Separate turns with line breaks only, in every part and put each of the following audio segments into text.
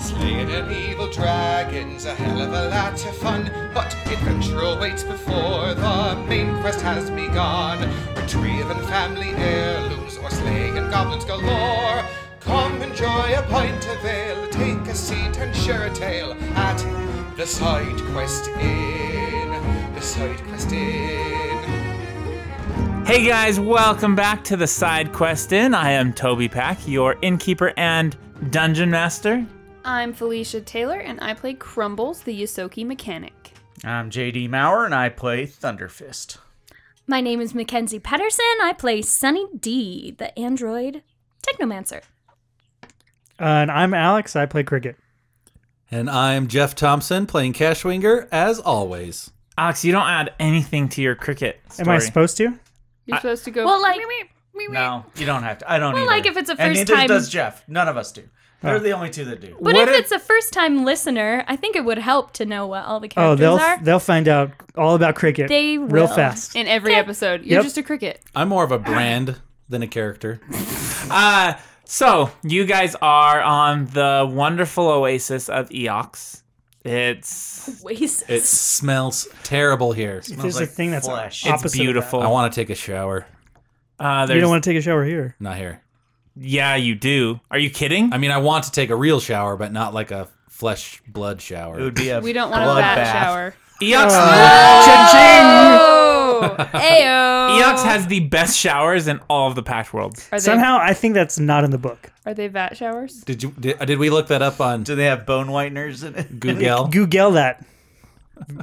Slaying an evil dragon's a hell of a lot of fun, but adventure awaits before the main quest has begun. Retrieving family heirlooms or slaying goblins galore. Come enjoy a pint of ale, take a seat and share a tale at the Side Quest Inn. The Side Quest Inn.
Hey guys, welcome back to the Side Quest Inn. I am Toby Pack, your innkeeper and dungeon master.
I'm Felicia Taylor, and I play Crumbles, the Yosoki mechanic.
I'm JD Maurer, and I play Thunderfist.
My name is Mackenzie Pedersen. I play Sunny D, the android technomancer.
Uh, and I'm Alex. I play cricket.
And I'm Jeff Thompson playing Cashwinger as always.
Alex, you don't add anything to your cricket story.
Am I supposed to?
You're supposed to go.
Well, like,
No, you don't have to. I don't
Well,
either.
like, if it's a
and
first
neither
time-
does Jeff. None of us do. They're the only two that do.
but
What
if
if-
it's a first time listener, I think it would help to know what all the
Oh,
characters
they'll
are.
they'll find out all about cricket.
They
real
will.
fast.
in every episode, you're
Yep.
just a cricket.
I'm more of a brand than a character.
Uh, so you guys are on the wonderful oasis of Eox. It's
Oasis.
It smells terrible here.
There's a
like
thing that's
flesh. It's
opposite.
it's
of that.
beautiful.
I want to take a shower. Ah,
uh,
You
there's,
don't want to take a shower here.
Not here.
yeah, you do. Are you kidding?
I mean, I want to take a real shower, but not like a flesh blood shower.
It would be a
We don't want a
blood
bad
bath.
shower.
Eox,
Uh,
Oh, ayo.
Eox has the best showers in all of the Pact worlds.
Are they,
Somehow, I think that's not in the book.
are they vat showers?
did you did, did we look that up on
Do they have bone whiteners in it?
Google?
Google that.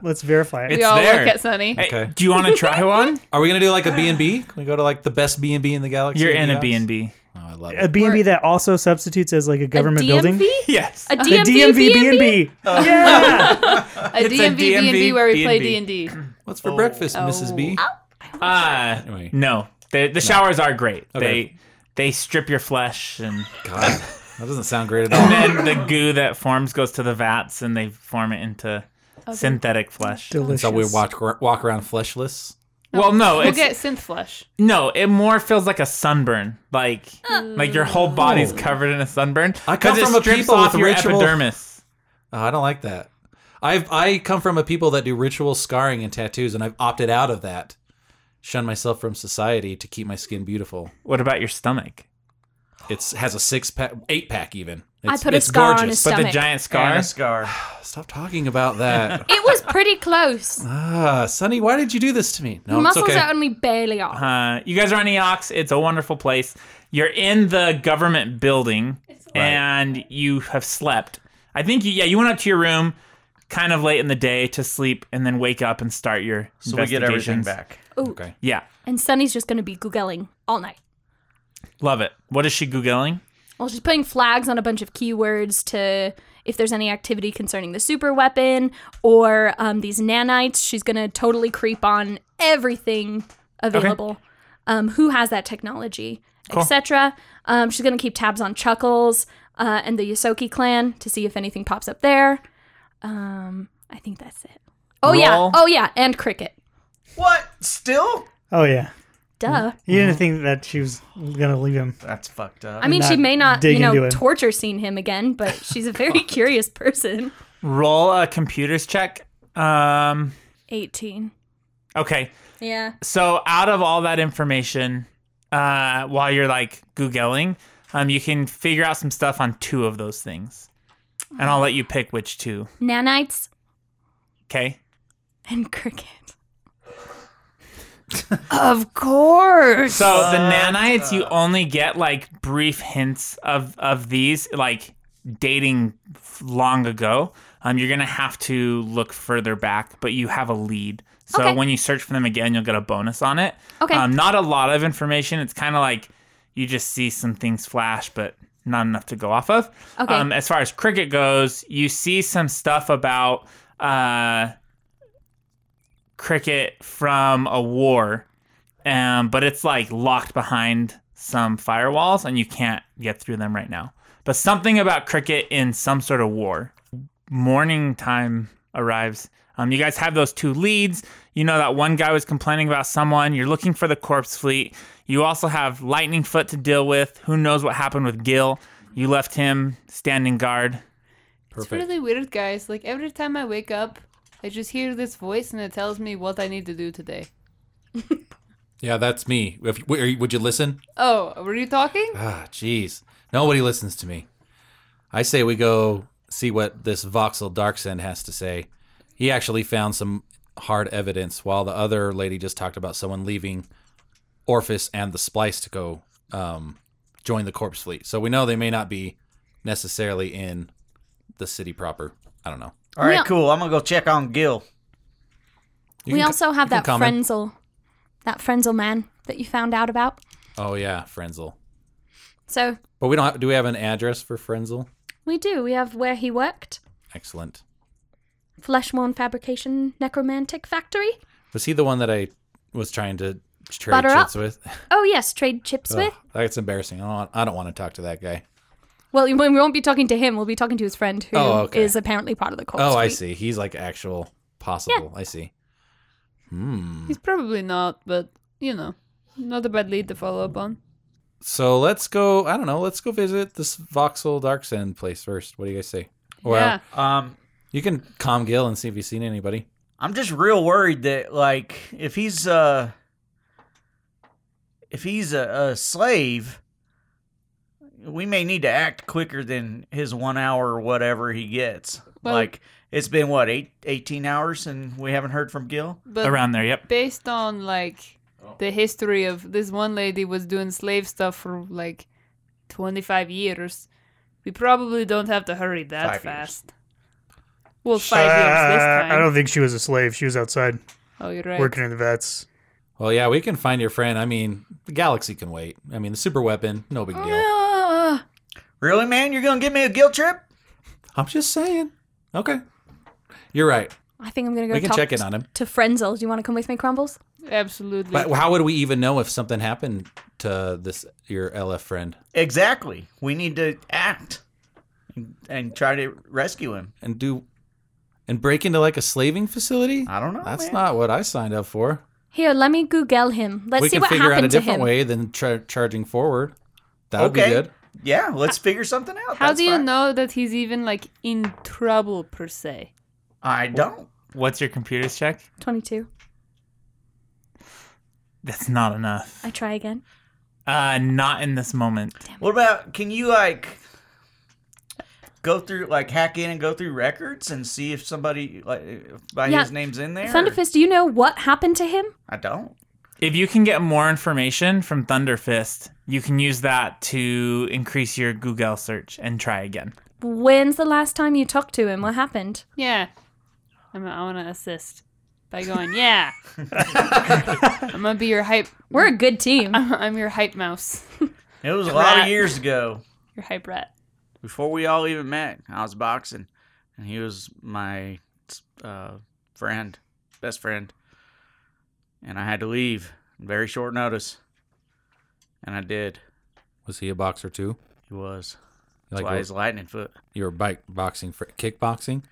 Let's verify it.
It's
we all
there.
look at Sunny.
Okay.
Do you want to try one?
Are we gonna do like a B and B? Can we go to like the best B and B in the galaxy?
You're in a
Eox?
B&B.
Oh, I love
A
it.
B and B
We're-
that also substitutes as like a government
a
building.
DMV?
Yes.
A
The
DMV,
DMV B and B. Yeah.
A
It's a
DMV B&B
DMV,
where we play
B&B.
D&D.
What's for breakfast, Mrs. B?
Uh,
Ah, Anyway.
No. The, the showers are great.
Okay.
They they strip your flesh and
God, that doesn't sound great at
and
all.
then the goo that forms goes to the vats and they form it into synthetic flesh.
Delicious.
So we walk walk around fleshless.
Oh,
Well, no,
We'll
it's
get synth flush.
no, it more feels like a sunburn. Like
Uh.
like your whole body's covered in a sunburn.
Oh. I come
'Cause it
from a
strips
people
off
with
your
ritual-
epidermis.
Oh, I don't like that. I've I come from a people that do ritual scarring and tattoos, and I've opted out of that. Shun myself from society to keep my skin beautiful.
What about your stomach?
It's has a six pack, eight pack even.
I
It's,
put a
it's
scar on
gorgeous.
his
But the
Stomach.
giant
And
scar.
a scar.
Stop talking about that.
It was pretty close.
ah, Sonny, why did you do this to me? No, it's
Muscles
okay.
are only barely off.
Uh, you guys are on Eox. It's a wonderful place. You're in the government building, and you have slept. I think you, yeah, you went up to your room kind of late in the day to sleep, and then wake up and start your
So we get everything
investigations.
back.
okay.
Yeah,
And Sunny's just going to be Googling all night.
love it. What is she googling?
Well, she's putting flags on a bunch of keywords to if there's any activity concerning the super weapon or um, these nanites. She's gonna totally creep on everything available. Um, who has that technology, etc. Um, she's gonna keep tabs on Chuckles uh, and the Yosoki clan to see if anything pops up there. Um, I think that's it. Oh yeah,
Roll.
oh yeah, and Cricket.
What? Still?
Oh yeah.
Duh.
You didn't think that she was gonna leave him.
That's fucked up.
I mean, she
Not
may not,
dig
you
into
know,
it.
torture scene him again, but she's a very curious person.
Roll a computers check. Um,
18.
okay,
Yeah.
so out of all that information, uh, while you're like googling, um, you can figure out some stuff on two of those things, and I'll let you pick which two.
Nanites
Okay.
and cricket. of course.
So the nanites, you only get like brief hints of of these, like dating f- long ago. Um, you're gonna have to look further back, but you have a lead. So
Okay.
when you search for them again, you'll get a bonus on it.
Okay.
Um, not a lot of information. It's kind of like you just see some things flash, but not enough to go off of.
Okay.
Um, as far as cricket goes, you see some stuff about uh, cricket from a war um, but it's like locked behind some firewalls and you can't get through them right now. But something about cricket in some sort of war. Morning time arrives. Um, you guys have those two leads. You know that one guy was complaining about someone. You're looking for the corpse fleet. You also have Lightning Foot to deal with. Who knows what happened with Gil? You left him standing guard.
Perfect.
It's really weird, guys. Like every time I wake up, I just hear this voice and it tells me what I need to do today.
Yeah, that's me. If, w- are you- would you listen?
Oh, were you talking?
Ah, jeez. Nobody listens to me. I say we go see what this Voxel Darkson has to say. He actually found some hard evidence while the other lady just talked about someone leaving Orphis and the Splice to go um, join the Corpse Fleet. So we know they may not be necessarily in the city proper. I don't know.
All right,
Yeah.
cool. I'm gonna go check on Gil.
You
we
can-
also have
you can
that
comment.
Frenzel, that Frenzel man that you found out about.
Oh, yeah, Frenzel.
So
But we don't have, do we have an address for Frenzel?
we do. We have where he worked,
Excellent.
Fleshmourne Fabrication Necromantic Factory.
Was he the one that I was trying to trade
Butter
chips
up.
with?
Oh yes, trade chips
Ugh,
with.
that's embarrassing. I don't, want, I don't want to talk to that guy.
Well, we won't be talking to him. We'll be talking to his friend, who is
Oh, okay.
apparently part of the corpse.
Oh, I
fleet.
see. He's like actual possible. I see. Hmm.
He's probably not, but you know, not a bad lead to follow up on.
So let's go. I don't know. Let's go visit this Voxel Darksend place first. What do you guys say? Or
yeah.
Um,
you can calm Gil and see if he's seen anybody.
I'm just real worried that like if he's uh if he's a, a slave, we may need to act quicker than his one hour or whatever he gets.
Well-
like it's been what eight, 18 hours and we haven't heard from Gil.
But
Around there, yep.
based on like
Oh.
the history of this one lady was doing slave stuff for like 25 years, we probably don't have to hurry that
Five years.
fast. Well, five years this
Uh,
time.
I don't think she was a slave. She was outside
oh, you're right.
working in the vets.
Well, yeah, we can find your friend. I mean, the galaxy can wait. I mean, the super weapon, no
Uh.
big deal.
Ah,
Really, man? You're gonna give me a Gil trip?
I'm just saying. Okay. You're right.
I think I'm gonna go.
We can
talk
check in on him.
to Frenzel. Do you want to come with me, Crumbles?
Absolutely.
But how would we even know if something happened to this your LF friend?
Exactly. We need to act and, and try to rescue him.
and do and break into like a slaving facility?
I don't know.
That's
man.
not what I signed up for.
Here, let me Google him. Let's
we
see
can
what
figure
happened
out a
to him.
different way than tra- charging forward. That would
Okay.
be good.
Yeah, let's figure something out.
How
Oh, That's
do you
fine.
know that he's even like in trouble per se?
I don't.
What's your computer's check?
Twenty-two.
That's not enough.
I try again.
Uh, not in this moment.
What about can you like go through like hack in and go through records and see if somebody like if by
Yeah.
his name's in there? or-
Thunderfist, do you know what happened to him?
I don't.
If you can get more information from Thunderfist, you can use that to increase your Google search and try again.
When's the last time you talked to him? What happened?
Yeah. I'm, I want to assist by going, yeah. I'm going to be your hype.
We're a good team.
I'm your hype mouse,
It was a lot of
Rat.
years ago
your hype rat.
before we all even met. I was boxing, and he was my uh, friend, best friend, and I had to leave on very short notice, and I did.
Was he a boxer too?
He was. That's
Like
why he's lightning foot.
you were bike boxing for kickboxing?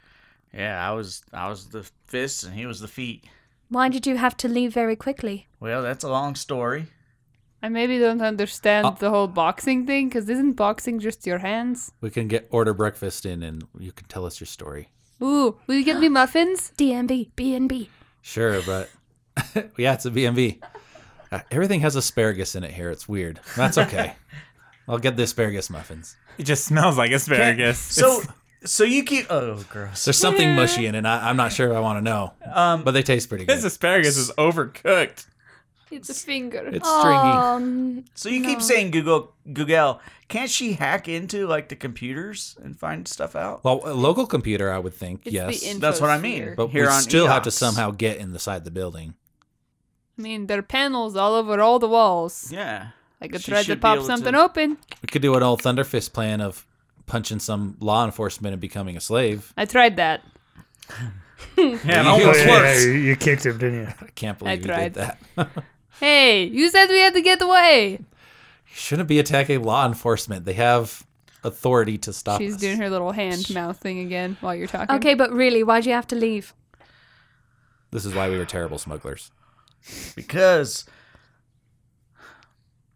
Yeah, I was. I was the fists, and he was the feet.
Why did you have to leave very quickly?
Well, that's a long story.
I maybe don't understand
Uh,
the whole boxing thing because isn't boxing just your hands?
We can get order breakfast in and you can tell us your story.
Ooh, will you get me muffins?
DMB, BNB.
Sure, but yeah, it's a BMV. Uh, everything has asparagus in it here. It's weird. That's okay. I'll get the asparagus muffins.
It just smells like asparagus.
So, so you keep. Oh, gross.
There's something mushy in it. I, I'm not sure I want to know,
Um,
but they taste pretty good.
this asparagus is overcooked.
It's a finger.
It's stringy.
Um,
so you keep saying Google, Google. Can't she hack into like the computers and find stuff out?
Well, a local computer, I would think.
It's
yes,
the info
That's what I mean.
sphere.
but
here
we
on
still have to
Eox.
somehow get in the side of the building.
I mean, there are panels all over all the walls.
Yeah.
I could
She
try
should
to
be
pop
able
something
to-
open.
We could do an old Thunderfist plan of punching some law enforcement and becoming a slave.
I tried that.
Yeah, it
You-
almost
It
yeah,
works.
you- you kicked him, didn't you?
I can't believe you
tried.
did that.
Hey, you said we had to get away.
Shouldn't be attacking law enforcement. They have authority to stop
She's
us.
doing her little hand mouth thing again while you're talking.
okay, but really, why'd you have to leave?
This is why we were terrible smugglers.
Because.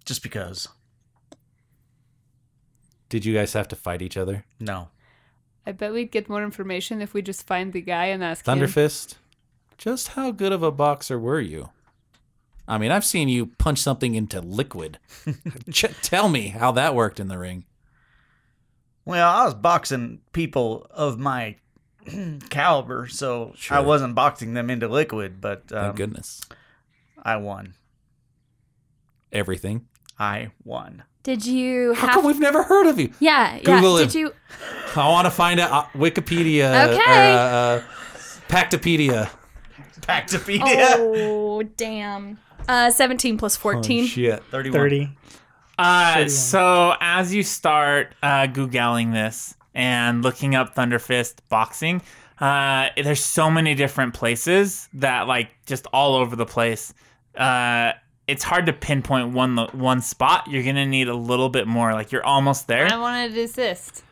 Just because.
Did you guys have to fight each other?
No.
I bet we'd get more information if we just find the guy and ask him.
Thunderfist, just how good of a boxer were you? I mean, I've seen you punch something into liquid. Ch- tell me how that worked in the ring.
Well, I was boxing people of my caliber, so I
Sure.
wasn't boxing them into liquid, but
Thank
um,
goodness.
I won.
Everything.
I won.
Did you
How
have?
come we've never heard of you?
yeah,
Google
yeah.
him.
Did you?
I want to find out uh, Wikipedia or
Okay.
uh, uh, Pactopedia.
Pactopedia.
Oh damn. Uh, seventeen plus fourteen.
Oh, shit.
31.
30.
Uh, so as you start uh, googling this and looking up Thunderfist boxing, uh, there's so many different places that like just all over the place. Uh, it's hard to pinpoint one lo- one spot. You're gonna need a little bit more. Like you're almost there.
I want to desist.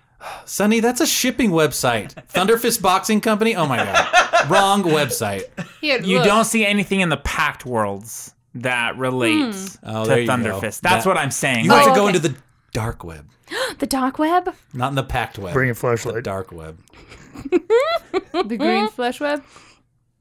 Sonny, that's a shipping website. Thunderfist Boxing Company? Oh my God. Wrong website.
Here,
You
look.
don't see anything in the packed worlds that relates
Oh,
to
there you go.
Thunderfist. That's
That-
what I'm saying.
You
Like,
Hmm.
have to
Oh,
go
okay.
into the dark web,
The dark web.
not in the packed web.
Bring a
the
flashlight.
dark web.
the green flesh web.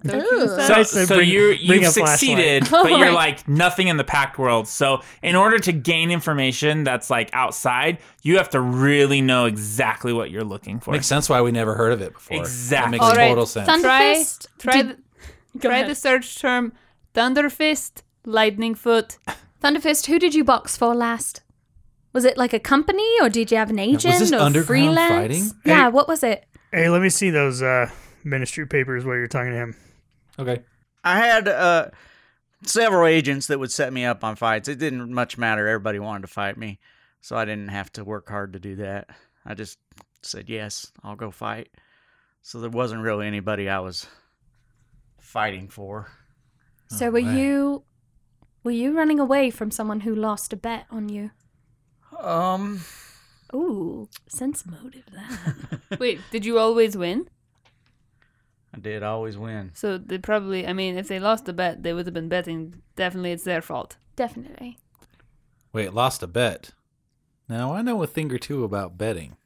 Don't you decide?
So,
I said
so
bring-
you
bring
you've
a flashlight.
succeeded, but you're
Alright.
like nothing in the packed world. So in order to gain information that's like outside, you have to really know exactly what you're looking for.
Makes sense why we never heard of it before.
Exactly.
That
All
makes
right.
total sense.
Thunder-
try
Thunderfist?
try
Did-
the, try the search term Thunderfist, Lightning Foot.
Thunderfist. Who did you box for last? Was it like a company or did you have an agent
this
or
underground
freelance?
fighting?
Yeah.
Hey.
What was it?
Hey, let me see those uh, ministry papers while you're talking to him.
okay.
I had uh, several agents that would set me up on fights. It didn't much matter. Everybody wanted to fight me, so I didn't have to work hard to do that. I just said yes, I'll go fight. So there wasn't really anybody I was fighting for.
So were
Alright.
you? Were you running away from someone who lost a bet on you?
Um,
Ooh, sense motive that.
Wait, did you always win?
I did always win.
So they probably, I mean, if they lost the bet, they would have been betting. Definitely it's their fault.
Definitely.
Wait, lost a bet. Now, I know a thing or two about betting.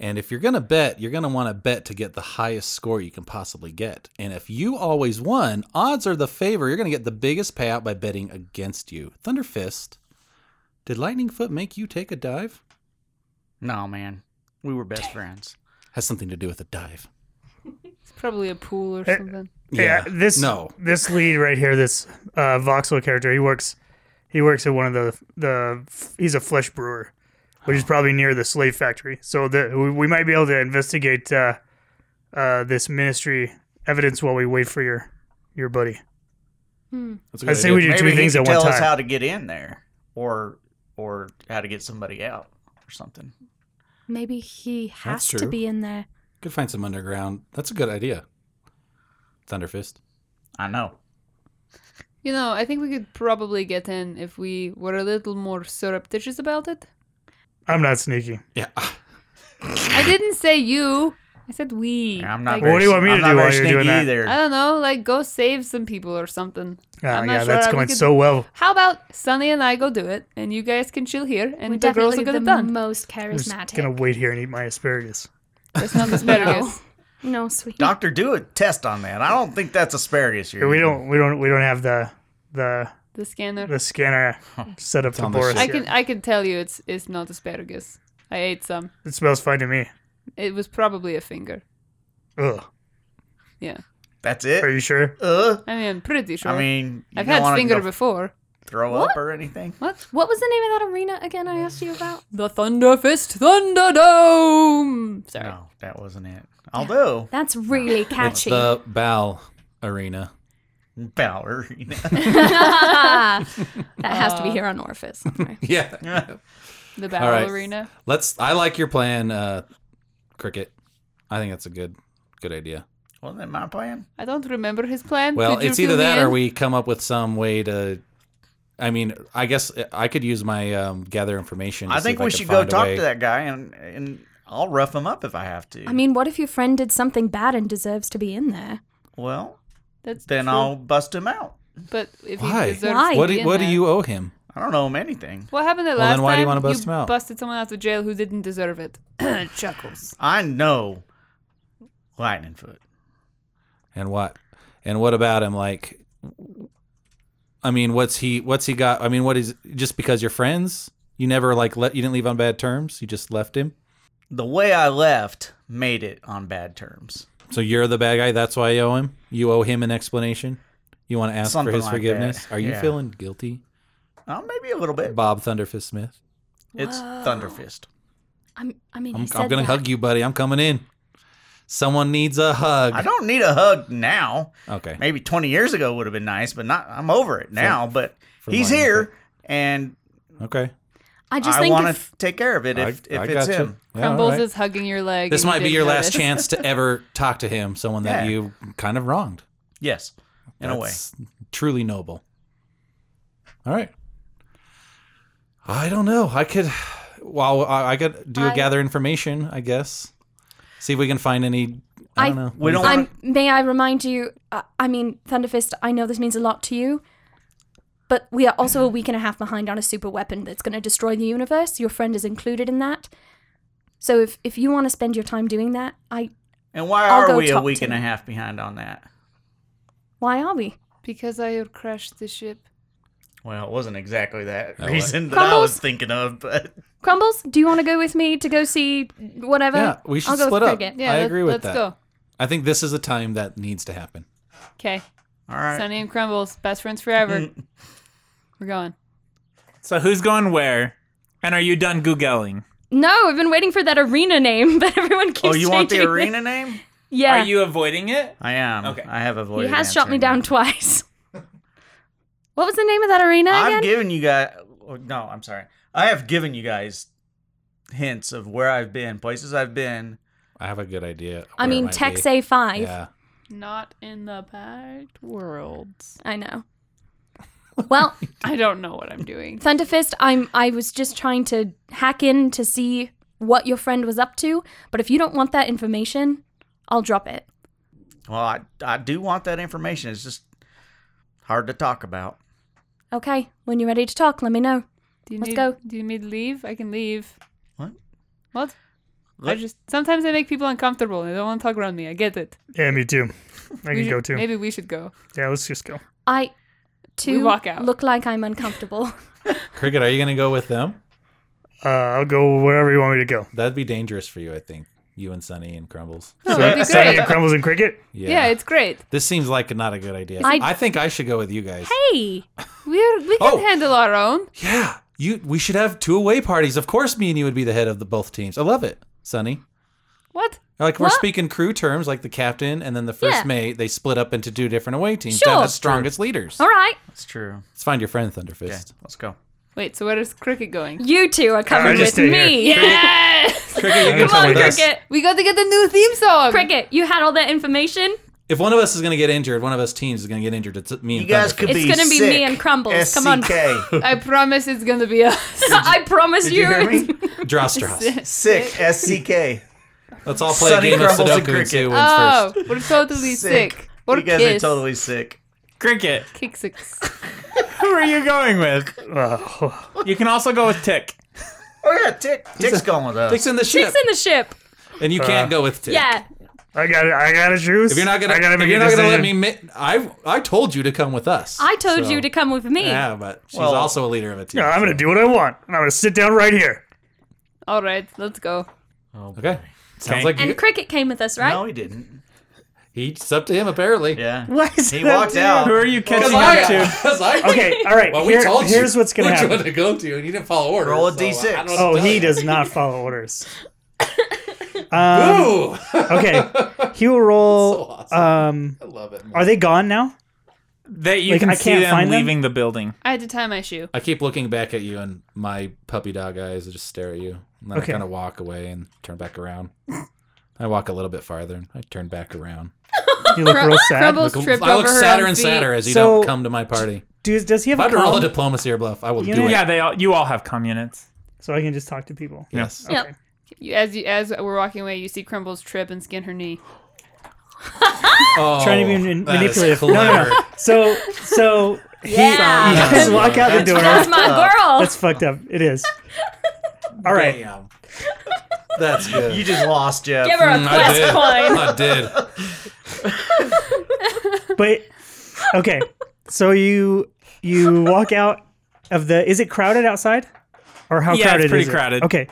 And if you're going to bet, you're going to want to bet to get the highest score you can possibly get. And if you always won, odds are the favor. You're going to get the biggest payout by betting against you. Thunderfist, did Lightning Foot make you take a dive?
No, man, we were best friends.
Has something to do with a dive.
It's probably a pool or
Eh.
something.
Yeah. this
No.
this lead right here, this uh, voxel character, he works he works at one of the the he's a flesh brewer, which is probably near the slave factory. So the, we, we might be able to investigate uh, uh, this ministry evidence while we wait for your your buddy.
That's
I say we do two
he
things
could
at one
tell
time.
us how to get in there, or or how to get somebody out, or something.
Maybe he has to
true.
be in there.
Could find some underground. That's a good idea. Thunderfist.
I know.
You know, I think we could probably get in if we were a little more surreptitious about it.
I'm not sneaky.
Yeah.
I didn't say you. I said we.
I'm not.
Like,
Well, what do you want me
I'm
to
not
do
very
while you're
sneaky
doing that?
Either.
I don't know, like go save some people or something.
Uh,
I'm not
yeah,
sure
that's
how we
going
could-
so well.
How about Sunny and I go do it, and you guys can chill here, and
We're
the girls
definitely
will get it
the
done.
most
I'm just
charismatic.
gonna wait here and eat my asparagus.
That's not asparagus.
no, sweet.
Doctor, do a test on that. I don't think that's asparagus. Here.
Here, we don't we don't we don't have the the
The scanner.
the scanner set up for
on the
Boris.
ship.
I
here.
can I can tell you it's it's not asparagus. I ate some.
It smells fine to me.
It was probably a finger.
Ugh.
Yeah.
That's
Are
it.
you sure?
Uh,
I mean, I'm pretty sure.
I mean, you
I've
don't
had
wanna
finger
go
before.
throw
What?
up or anything.
What?
What was the name of that arena again? I asked you about.
The Thunderfist Thunderdome. Sorry.
No, that wasn't it. Although
That's really
Oh. It's
catchy.
the Bal Arena.
ballerina.
that has to be here on Orphis. Sorry.
Yeah.
The
All
battle
right.
arena.
Let's. I like your plan, uh, Cricket. I think that's a good, good idea.
wasn't that my plan?
I don't remember his plan.
Well,
Could you
it's either
fill me
that or
in?
we come up with some way to. I mean, I guess I could use my um, gather information. to
I
see
think
if
we
could
should go
find a
talk
way.
to that guy and and I'll rough him up if I have to.
I mean, what if your friend did something bad and deserves to be in there?
well,
That's
then
true,
I'll bust him out.
But if
Why?
he deserves
Why?
to
What
be
do,
in
what do
there-
you owe him?
I don't know him anything.
What happened the
Well,
last
then why
time
do you wanna bust him out?
busted someone out of jail who didn't deserve it?
Oh,
Chuckles.
I know Lightning Foot.
And what? And what about him? Like, I mean, what's he? What's he got? I mean, what is just because you're friends? You never like let you didn't leave on bad terms. You just left him.
The way I left made it on bad terms.
So you're the bad guy. That's why I owe him. You owe him an explanation. You want to ask
Something
for his
like
forgiveness.
that,
Are you
yeah.
feeling guilty,
Uh, maybe a little bit.
Bob Thunderfist Smith?
It's
Whoa.
Thunderfist.
I'm, I mean,
I'm,
he
I'm
said
gonna
that.
hug you, buddy. I'm coming in. Someone needs a hug.
I don't need a hug now.
Okay.
Maybe 20 years ago would have been nice, but not. I'm over it now. but
for
he's
Lightning
here, and
Okay.
I just
I
think
want
if-
to take care of it if,
I,
if
I
it's
gotcha.
him.
Yeah,
Crumbles
alright.
is hugging your leg.
This
and you
might be
didn't
your last
notice.
chance to ever talk to him, someone that
Yeah.
you kind of wronged.
Yes, in a way.
That's Truly noble. All right. I don't know. I could, well, I, I could do a
I-
gather information, I guess. See if we can find any. I,
I-
don't know.
We don't
I'm,
want.
may I remind you? Uh, I mean, Thunderfist. I know this means a lot to you, but we are also a week and a half behind on a super weapon that's going to destroy the universe. Your friend is included in that. So if if you want to spend your time doing that, I
And why
I'll
are
go
we a
talk
week
to
and a
him.
half behind on that?
why are we?
Because I crashed the ship.
Well, it wasn't exactly that
Oh, what?
reason that I
Crumbles?
was thinking of, but
Crumbles, do you want to go with me to go see whatever?
Yeah, we should
I'll go
split
with
up.
Cricket.
Yeah,
I
let-
agree with
let's
that.
go.
I think this is a time that needs to happen.
Okay.
all right.
Sunny and Crumbles, best friends forever. We're going.
So who's going where? And are you done googling?
No, I've been waiting for that arena name, but everyone keeps
oh, you want the
changing it.
arena name?
Yeah,
Are you avoiding it?
I am.
Okay.
I have
he
avoided.
has shot me
answering
down
that.
twice. what was the name of that arena again?
I've given you guys. No, I'm sorry. I have given you guys hints of where I've been, places I've been.
I have a good idea.
I
where it
mean,
might
Tex
be.
A5.
Yeah.
Not in the packed worlds.
I know. Well,
I don't know what I'm doing.
Thunderfist, I'm I was just trying to hack in to see what your friend was up to, but if you don't want that information, I'll drop it.
Well, I I do want that information. It's just hard to talk about.
Okay, when you're ready to talk, let me know.
Do you
Let's
need,
go.
Do you need to leave? I can leave.
What?
What? I
Let-
just sometimes I make people uncomfortable and they don't want to talk around me. I get it.
Yeah, me too. I
We
can
should-
go too.
Maybe we should go.
Yeah, let's just go.
I to
walk out.
look like I'm uncomfortable.
Cricket, are you going to go with them?
Uh, I'll go wherever you want me to go.
That'd be dangerous for you, I think. You and Sunny and Crumbles.
Oh, that'd be
Sunny
great.
and Crumbles and Cricket.
Yeah.
Yeah. it's great.
this seems like not a good idea. I,
I-
think I should go with you guys.
hey,
We're, we can
Oh.
handle our own.
Yeah, you. We should have two away parties. Of course, me and you would be the head of the both teams. I love it, Sonny.
What?
Like we're
What?
speaking crew terms, like the captain and then the first
Yeah.
mate. They split up into two different away teams to have
Sure.
the strongest leaders.
all right.
That's true.
Let's find your friend
Okay,
Thunderfist.
let's go.
Wait, so where is Cricket going?
You two are coming
I just
with
stay
me.
Yes!
Cricket, you can
Come
come
Come on,
with us.
Cricket.
we got to get the new theme song.
Cricket, you had all that information?
If one of us is going to get injured, one of us teams is going to get injured. It's me and
You guys
Thunderfist.
could
It's
be.
gonna be me
sick.
and Crumbles. Come on.
SCK.
I promise it's gonna be us.
I promise
Did you hear me?
draw straws.
Sick. SCK.
Let's all play
Sonny
a game of
Crumbles and
Sudoku and see who wins
Oh,
first.
we're totally sick. Or
You guys
kiss.
are totally sick.
Cricket.
kick six.
Who are you going with?
Oh,
You can also go with Tick.
Oh yeah, Tick. Tick's going with us.
Dick's in the ship,
Six in the ship.
and you can't
Uh,
go with Tick.
Yeah.
I got to I got to choose.
If you're not gonna,
I gotta
if
make
you're
a
not gonna let me,
decision.
mi- I I told you to come with us.
I told
So-
you to come with me.
Yeah, but she's
Well-
also a leader of a team.
No, I'm gonna
so-
do what I want, and I'm gonna sit down right here.
All right, let's go.
Oh,
Okay, sounds
Okay.
like you,
And Cricket came with us, right?
No, he didn't.
he, it's up to him apparently.
Yeah.
What?
He walked out.
Who are you catching
I,
up to?
because I,
Okay, all right.
well, we
here-
told you
here's what's gonna
which
happen.
one to go to, and you didn't follow orders.
Roll a
so I
D6.
don't know what
Oh,
to tell
he
you.
does not follow orders. Um,
Ooh,
okay, he will roll.
So awesome.
Um,
I love it.
are they gone now?
That you
Like,
can
I
see
can't
them
find them?
leaving the building.
I had to tie my shoe.
I keep looking back at you, and my puppy dog eyes just stare at you. And then
Okay.
I kind of walk away and turn back around. I walk a little bit farther, and I turn back around.
You look real sad.
Crumbles
Look-
tripped
I look
over her
sadder
own
and
feet.
sadder as you
So-
don't come to my party.
Does, does he have
If I
a
had to roll a
column?
diplomacy or bluff, I will
You
do
know-
it.
Yeah, they all. You all have comm units.
so I can just talk to people?
Yes.
Yep.
You- As you, as we're walking away, you see Crumbles trip and skin her knee.
Oh,
Trying to be man-
that is
manipulative. No, no,
clever.
no. So so
Yeah.
Just walk out the door.
That's my girl.
That's fucked up. It is. All right.
Damn. That's good.
You just lost, Jeff.
Give her a
Mm, I
quest
did.
coin.
I did.
But okay. So you you walk out of the is it crowded outside? Or how
Yeah, it's
crowded
pretty
is it?
crowded.
Okay.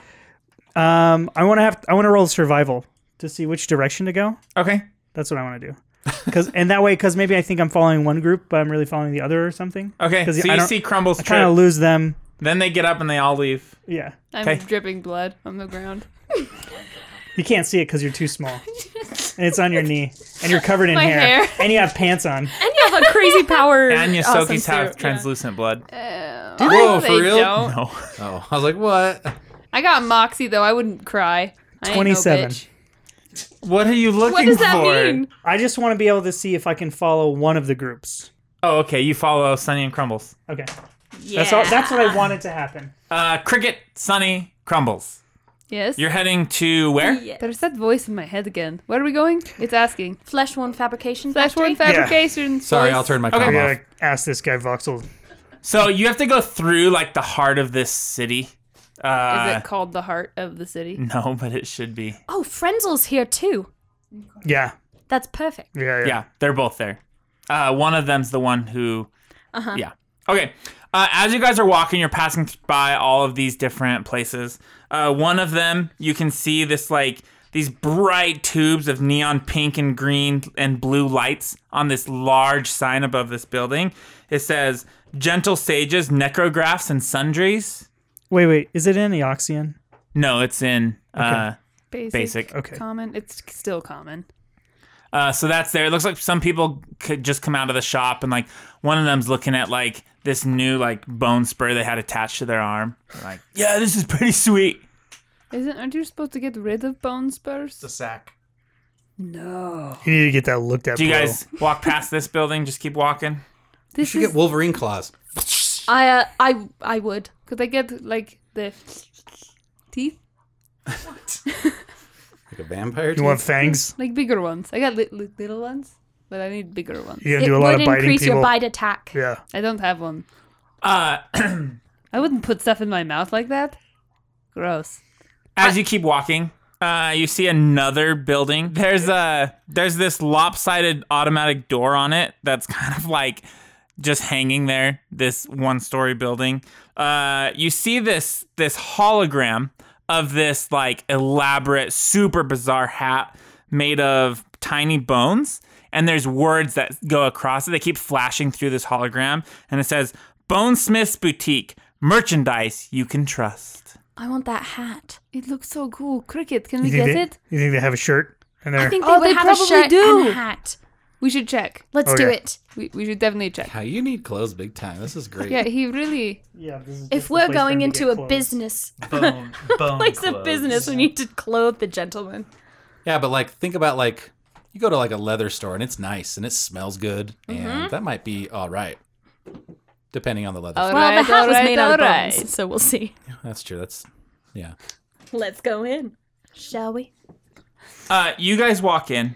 Um I want to have I want to roll survival to see which direction to go.
Okay.
That's what I want to do. Cuz and that way cuz maybe I think I'm following one group but I'm really following the other or something.
Okay.
'Cause
So
I
you
don't-
see Crumbles
I kind
trip.
of lose them.
then they get up and they all leave.
Yeah.
I'm
Okay.
dripping blood on the ground.
You can't see it cuz you're too small. and it's on your knee and you're covered in
My
hair,
hair.
and you have pants on.
And you have a crazy power.
And
awesome
Yosoki's have
suit.
translucent blood.
Whoa, for
They
real?
don't.
No.
Oh, I was like, what?
I got Moxie though. I wouldn't cry. I ain't no
27.
bitch.
What are you looking
What does
for?
that mean?
I just want to be able to see if I can follow one of the groups.
Oh, okay. You follow Sunny and Crumbles.
Okay.
Yeah.
That's all that's what I wanted to happen.
Uh, Cricket, Sunny, Crumbles.
Yes.
You're heading to where?
Yeah.
There's that voice in my head again. Where are we going? It's asking.
Flesh one fabrication.
Slash
factory?
one fabrication.
Sorry,
voice.
I'll turn my
Okay.
com
I
off.
gotta ask this guy Voxel.
So you have to go through like the heart of this city. Uh,
Is it called the heart of the city?
No, but it should be.
Oh, Frenzel's here too.
Yeah.
That's perfect.
Yeah. Yeah.
Yeah, they're both there. Uh, one of them's the one who.
Uh-huh.
Yeah. Okay. Uh, as you guys are walking, you're passing th- by all of these different places. Uh, one of them, you can see this like these bright tubes of neon pink and green and blue lights on this large sign above this building. It says "Gentle Sages, Necrographs, and Sundries."
Wait, wait. Is it in Eoxian?
No, it's in uh,
Basic.
basic.
Okay.
Common. It's still common.
Uh, so that's there. It looks like some people could just come out of the shop and like one of them's looking at like this new like bone spur they had attached to their arm. They're like, yeah, this is pretty sweet.
Isn't? Aren't you supposed to get rid of bone spurs?
the sack.
No.
You need to get that looked at.
Do you
bro.
guys walk past this building? Just keep walking.
This
You
is
get Wolverine claws.
I uh, I I would.
could I get like the teeth,
Like a vampire?
You want fangs?
like bigger ones? I got li- li- little ones, but I need bigger ones.
You gotta
it
do a lot
would
of biting
increase
people.
your bite attack.
yeah.
I don't have one.
Uh,
I wouldn't put stuff in my mouth like that. Gross.
as you keep walking, uh, you see another building. There's a there's this lopsided automatic door on it that's kind of like just hanging there. This one story building. Uh, you see this this hologram of this like elaborate, super bizarre hat made of tiny bones, and there's words that go across it. They keep flashing through this hologram, and it says Bonesmith's Boutique merchandise you can trust.
I want that hat.
It looks so cool. Cricket, can
You
we
think
get
they,
it?
You think they have a shirt in there?
I think
Oh,
they would
they
have a
probably
shirt
do.
and a hat.
We should check.
Let's
Oh,
do
yeah.
it.
We, we should definitely check.
How you need clothes big time. This is great.
Yeah, he really.
yeah, this is
If we're going into a business
Bone, bone
place of
clothes.
business, we need to clothe the gentleman.
Yeah, but like think about like you go to like a leather store and it's nice and it smells good
Mm-hmm.
and that might be all right. Depending on the leather.
All
Well,
right,
the hat
all
was
right,
made
all
out
right.
of bones, so we'll see.
store. That's true. That's yeah.
Let's go in, shall we?
Uh, you guys walk in,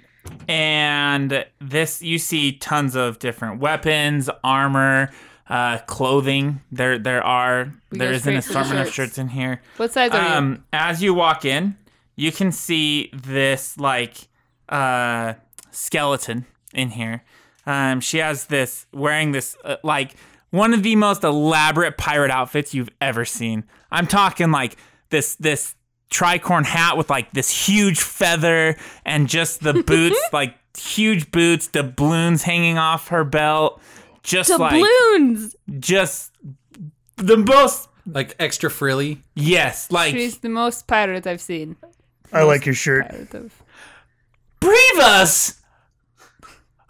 and this you see tons of different weapons, armor, uh, clothing. There, there are
We
there
go
is
straight
an
to the
assortment of
shirts.
shirts in here.
What size are you?
Um, as you walk in, you can see this like uh, skeleton in here. Um, she has this wearing this uh, like one of the most elaborate pirate outfits you've ever seen. I'm talking like this this tricorn hat with like this huge feather and just the boots like huge boots, doubloons hanging off her belt. Just like
Doubloons.
just the most
Like extra frilly.
yes like
She's the most pirate I've seen.
I like your shirt.
Pirate of.
Brevus!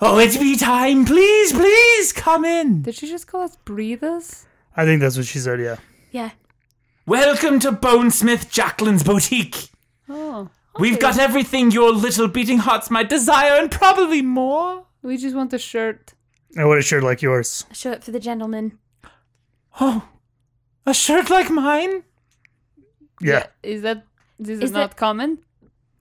Oh, it's me time. Please, please come in.
Did she just call us breathers?
I think that's what she said. Yeah.
Yeah.
Welcome to Bonesmith Jacqueline's Boutique.
Oh.
We've got everything your little beating hearts might desire and probably more.
We just want a shirt.
I want a shirt like yours.
A shirt for the gentleman.
Oh, a shirt like mine?
Yeah.
Is that this is,
Is
not
that-
common?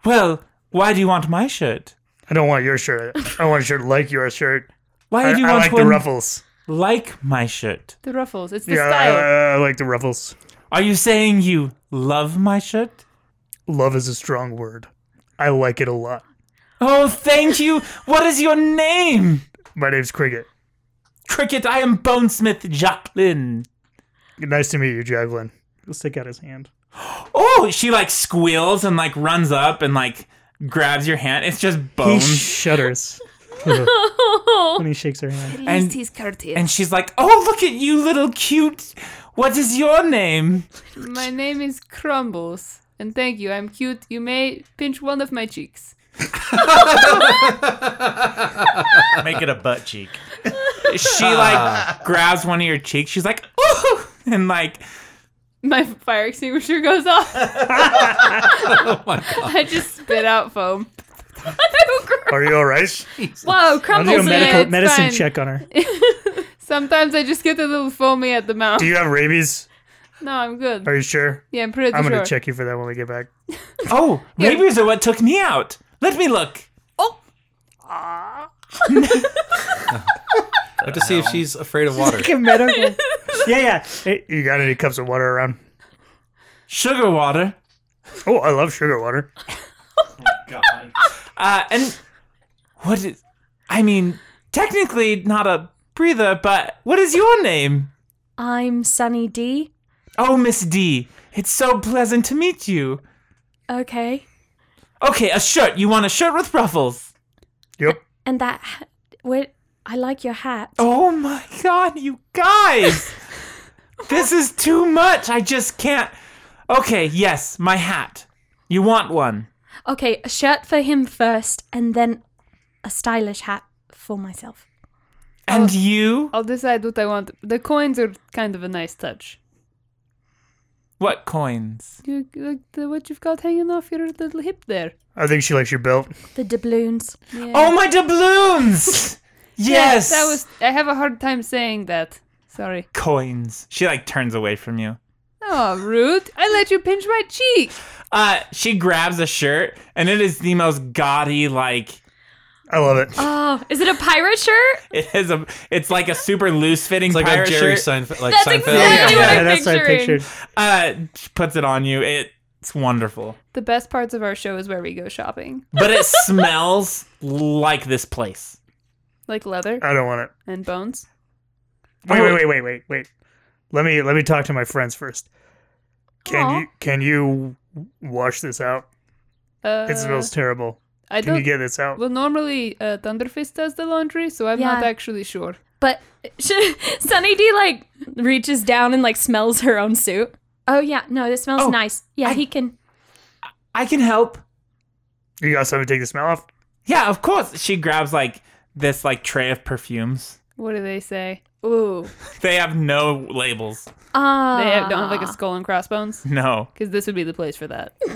Well, why do you want my shirt?
I don't want your shirt. I want a shirt like your shirt.
Why
I,
do you
I
want
like
one?
the ruffles.
like my shirt.
The ruffles. It's the
Yeah, I,
style.
I- I like the ruffles.
Are you saying you love my shirt?
Love is a strong word. I like it a lot.
Oh, thank you. What is your name?
My name's Cricket.
Cricket, I am Bonesmith Jacqueline.
Nice to meet you, Jaglin. He'll stick out his hand.
Oh, she like squeals and like runs up and like grabs your hand. It's just
He
bones.
shudders when he shakes her hand.
At least he's courteous. And she's like, "Oh, look at you, little cute. What is your name?"
My name is Crumbles. And thank you. I'm cute. You may pinch one of my cheeks.
Make it a butt cheek.
She like grabs one of your cheeks. She's like, "Ooh!" and like
My fire extinguisher goes off.
Oh
I just spit out foam.
Are you all right?
Whoa,
I'll
Crumbles.
do a medical
it's
medicine
fine.
check on her.
Sometimes I just get a little foamy at the mouth.
Do you have rabies?
No, I'm good.
Are you sure?
Yeah, I'm pretty
I'm
sure.
gonna check you for that when we get back.
Oh, rabies are what took me out. Let me look.
I have to see if she's afraid of water.
medical. yeah, yeah. Hey, you got any cups of water around?
Sugar water.
Oh, I love sugar water.
Uh, and what is? I mean, technically not a breather, but what is your name?
I'm Um, Sunny D.
Oh, Miss D. It's so pleasant to meet you.
Okay.
Okay, a shirt. You want a shirt with ruffles?
Yep.
And that ha- wait, I like your hat.
Oh my god, you guys! this is too much. I just can't. Okay, yes, my hat. You want one?
Okay, a shirt for him first and then a stylish hat for myself.
And you?
I'll decide what I want. The coins are kind of a nice touch.
What coins?
You like the, what you've got hanging off your little hip there.
I think she likes your belt.
The doubloons.
Oh my doubloons! yes!
that was. I have a hard time saying that. Sorry.
coins. She like turns away from you.
Oh, rude! I let you pinch my cheek.
Uh, she grabs a shirt, and it is the most gaudy like.
I love it.
Oh, is it a pirate shirt?
It is a. It's like a super loose fitting
It's like a
pirate
Jerry
shirt.
Seinfeld. Like
That's
Seinfeld.
exactly what I'm
that's what I
picturing.
pictured.
Uh, she puts it on you. It's wonderful,
The best parts of our show is where we go shopping,
but it smells like this place.
like leather
I don't want it.
and bones.
Wait, wait, wait, wait, wait, wait. Let me let me talk to my friends first. Can
Aw.
you can you wash this out?
Uh,
It smells terrible.
I
Can
don't.
you get this out?
well, normally uh, Thunderfist does the laundry, so I'm not
Yeah.
actually sure.
But sh- Sunny D like reaches down and like smells her own suit. Oh yeah, no, this smells
Oh,
nice. Yeah,
I-
he can.
I can help.
You got something to take the smell off?
Yeah, of course. She grabs like this like tray of perfumes.
What do they say? Ooh,
They have no labels.
Ah,
they have, don't have like a skull and crossbones,
No.
because this would be the place for that.
All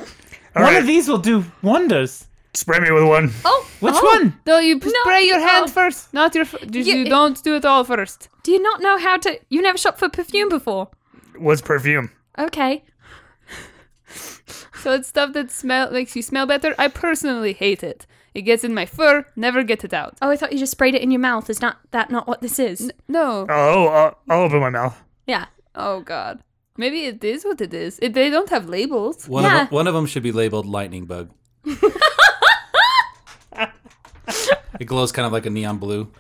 one
right,
of these will do wonders.
spray me with one.
Oh,
Which
oh.
one?
No, you p-
No,
spray your hand
no.
first, not your. F- you,
You-
you don't do it all first.
Do you not know how to? You never shopped for perfume before.
What's perfume?
Okay.
So it's stuff that smell makes you smell better. I personally hate it. It gets in my fur. Never get it out.
Oh, I thought you just sprayed it in your mouth. Is not that not what this is?
No.
Oh, I'll, I'll open my mouth.
Yeah.
Oh God. Maybe it is what it is. It, they don't have labels.
One,
Yeah.
of, one of them should be labeled lightning bug. it glows kind of like a neon blue.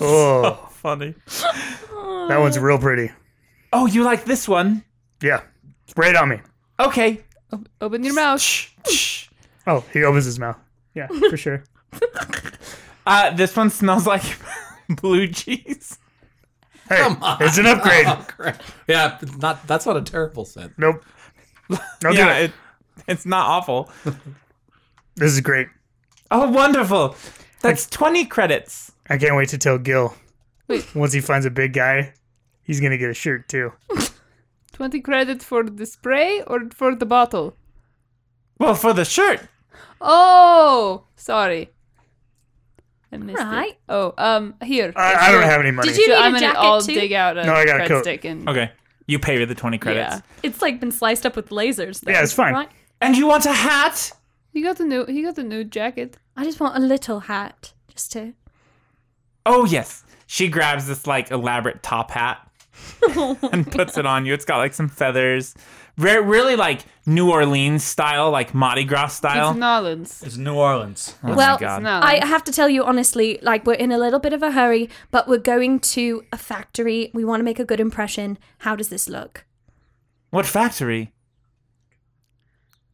Oh,
Funny.
that one's real pretty.
Oh, you like this one?
Yeah, spray it on me.
Okay.
Open your mouth.
Oh, he opens his mouth. Yeah, for sure.
Uh, this one smells like blue cheese.
Hey, it's an upgrade.
Oh, Yeah, it's not that's not a terrible scent.
Nope. Don't do
yeah,
that.
it, it's not awful.
This is great.
Oh, wonderful. That's 20 credits.
I can't wait to tell Gil.
Wait.
Once he finds a big guy, he's gonna get a shirt too.
Twenty credit for the spray or for the bottle.
Well, for the shirt.
Oh, sorry. I missed
Right.
it. Oh, um, here.
I, I don't have any money.
Did you need
I'm
a
gonna
jacket
all
too?
dig out a
No, I got a
cred
coat.
stick and
Okay. You pay her the 20 credits.
yeah.
It's like been sliced up with lasers. Though,
Yeah, it's fine.
Right?
And you want a hat?
He got a new. He got a new jacket.
I just want a little hat, just to.
Oh, yes. She grabs this like elaborate top hat and puts it on you. It's got like some feathers, Re- really like New Orleans style, like Mardi Gras style.
It's Nolans.
It's New Orleans.
oh
well,
my god!
Nolans.
I have to tell you honestly, like we're in a little bit of a hurry, but we're going to a factory. We want to make a good impression. How does this look?
What factory?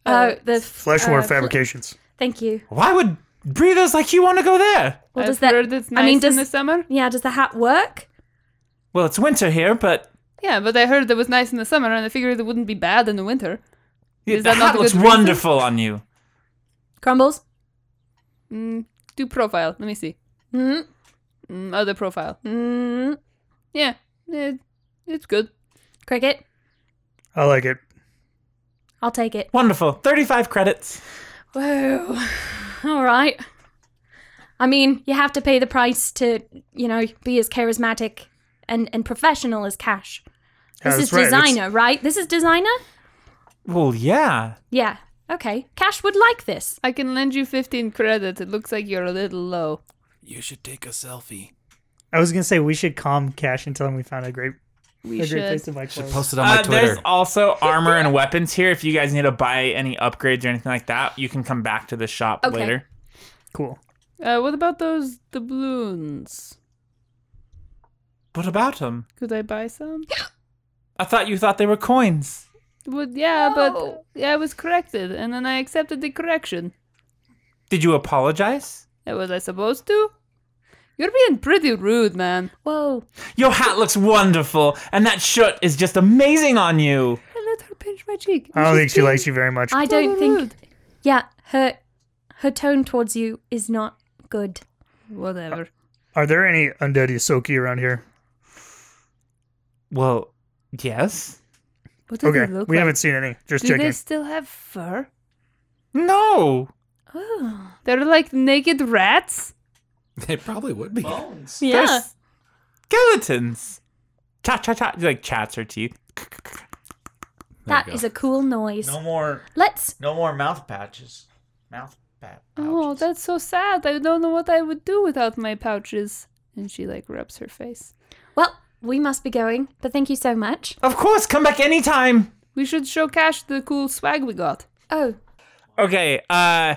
Oh, the
Flesh War
uh,
Fabrications.
Thank you.
Why would breathers like you want to go there?
Well,
I've
does that?
heard it's nice
I mean,
in the
does
summer.
yeah? Does the hat work?
Well, it's winter here, but
Yeah, but I heard it was nice in the summer, and I figured it wouldn't be bad in the winter.
yeah,
Is
the
that not
hat
a
looks
good reason?
wonderful on you.
Crumbles.
Mm, do profile. Let me see.
Hmm.
Mm, other profile.
Hmm.
Yeah, it, it's good.
Cricket.
I like it.
I'll take it.
Wonderful. Thirty-five credits.
Whoa. All right. I mean, you have to pay the price to, you know, be as charismatic and, and professional as Cash.
Yeah,
This is
that's right. It's-
designer, right? This is designer?
Well, yeah.
Yeah. Okay. Cash would like this.
I can lend you 15 credits. It looks like you're a little low.
You should take a selfie.
I was gonna say we should calm Cash and tell him we found a great,
We
a great
should.
place to buy
Should
clothes.
post it on my
Uh,
Twitter.
There's also armor and weapons here. If you guys need to buy any upgrades or anything like that, you can come back to the shop
Okay.
later.
cool.
Uh, what about those doubloons?
What about them?
Could I buy some?
I thought you thought they were coins.
Would yeah,
No.
but yeah, I was corrected, and then I accepted the correction.
Did you apologize?
Uh, Was I supposed to? You're being pretty rude, man.
Whoa.
Your hat looks wonderful, and that shirt is just amazing on you.
I let her pinch my cheek.
I don't
She's
think she
being
likes you very much.
I don't
totally
think.
rude.
Yeah. Her her tone towards you is not good.
Whatever.
Are there any undead Yosoki around here?
Well, yes.
What do
Okay,
they
we
look like?
haven't seen any. Just
Do
checking.
they still have fur?
No.
Oh.
They're like naked rats.
It probably would be.
Yeah.
There's skeletons. Chat, chat, chat. Like chats her teeth.
There you
that
go.
is a cool noise.
No more,
Let's.
no more mouth patches. Mouth pat.
Oh,
pouches.
that's so sad. I don't know what I would do without my pouches. And she like rubs her face.
Well, we must be going, but thank you so much.
Of course, come back anytime.
We should show Cash the cool swag we got.
Oh,
Okay, uh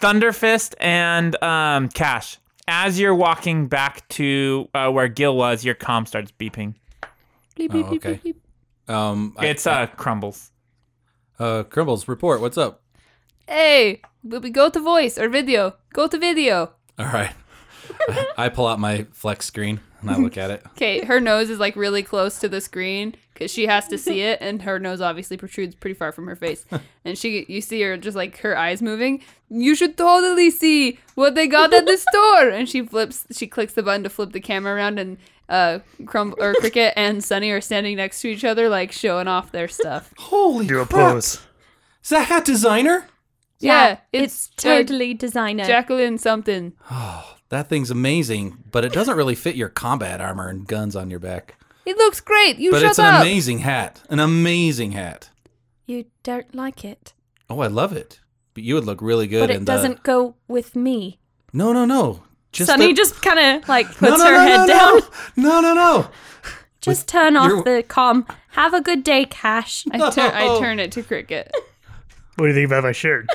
Thunderfist and um Cash. As you're walking back to uh, where Gil was, your comm starts beeping.
Bleep,
Oh, okay. Um, I-
It's uh crumbles.
uh, Crumbles report. What's up?
Hey, we we go to voice or video. Go to video.
All right. I pull out my flex screen and I look at it.
Okay, her nose is like really close to the screen because she has to see it, and her nose obviously protrudes pretty far from her face. And she, you see her just like her eyes moving. You should totally see what they got at the store. And she flips, she clicks the button to flip the camera around, and uh, Crumb or Cricket and Sunny are standing next to each other, like showing off their stuff.
Holy
Do a
crap.
pose.
Oh, Is that hat designer?
yeah.
Yeah,
it's,
it's, uh,
totally designer.
Jacqueline something.
That thing's amazing, but it doesn't really fit your combat armor and guns on your back.
It looks great. You
but
shut
it's an
up.
amazing hat. An amazing hat.
you don't like it,
Oh, I love it. But you would look really good uh,
but
in
it doesn't go with me.
the No, no, no. Just
Sunny
the-
just kind of like puts
no, no,
her
no,
head
no,
down.
No, no, no. no.
Just turn off
your-
the com. Have a good day, Cash.
I, tur- I turn it to Cricket.
What do you think about my shirt?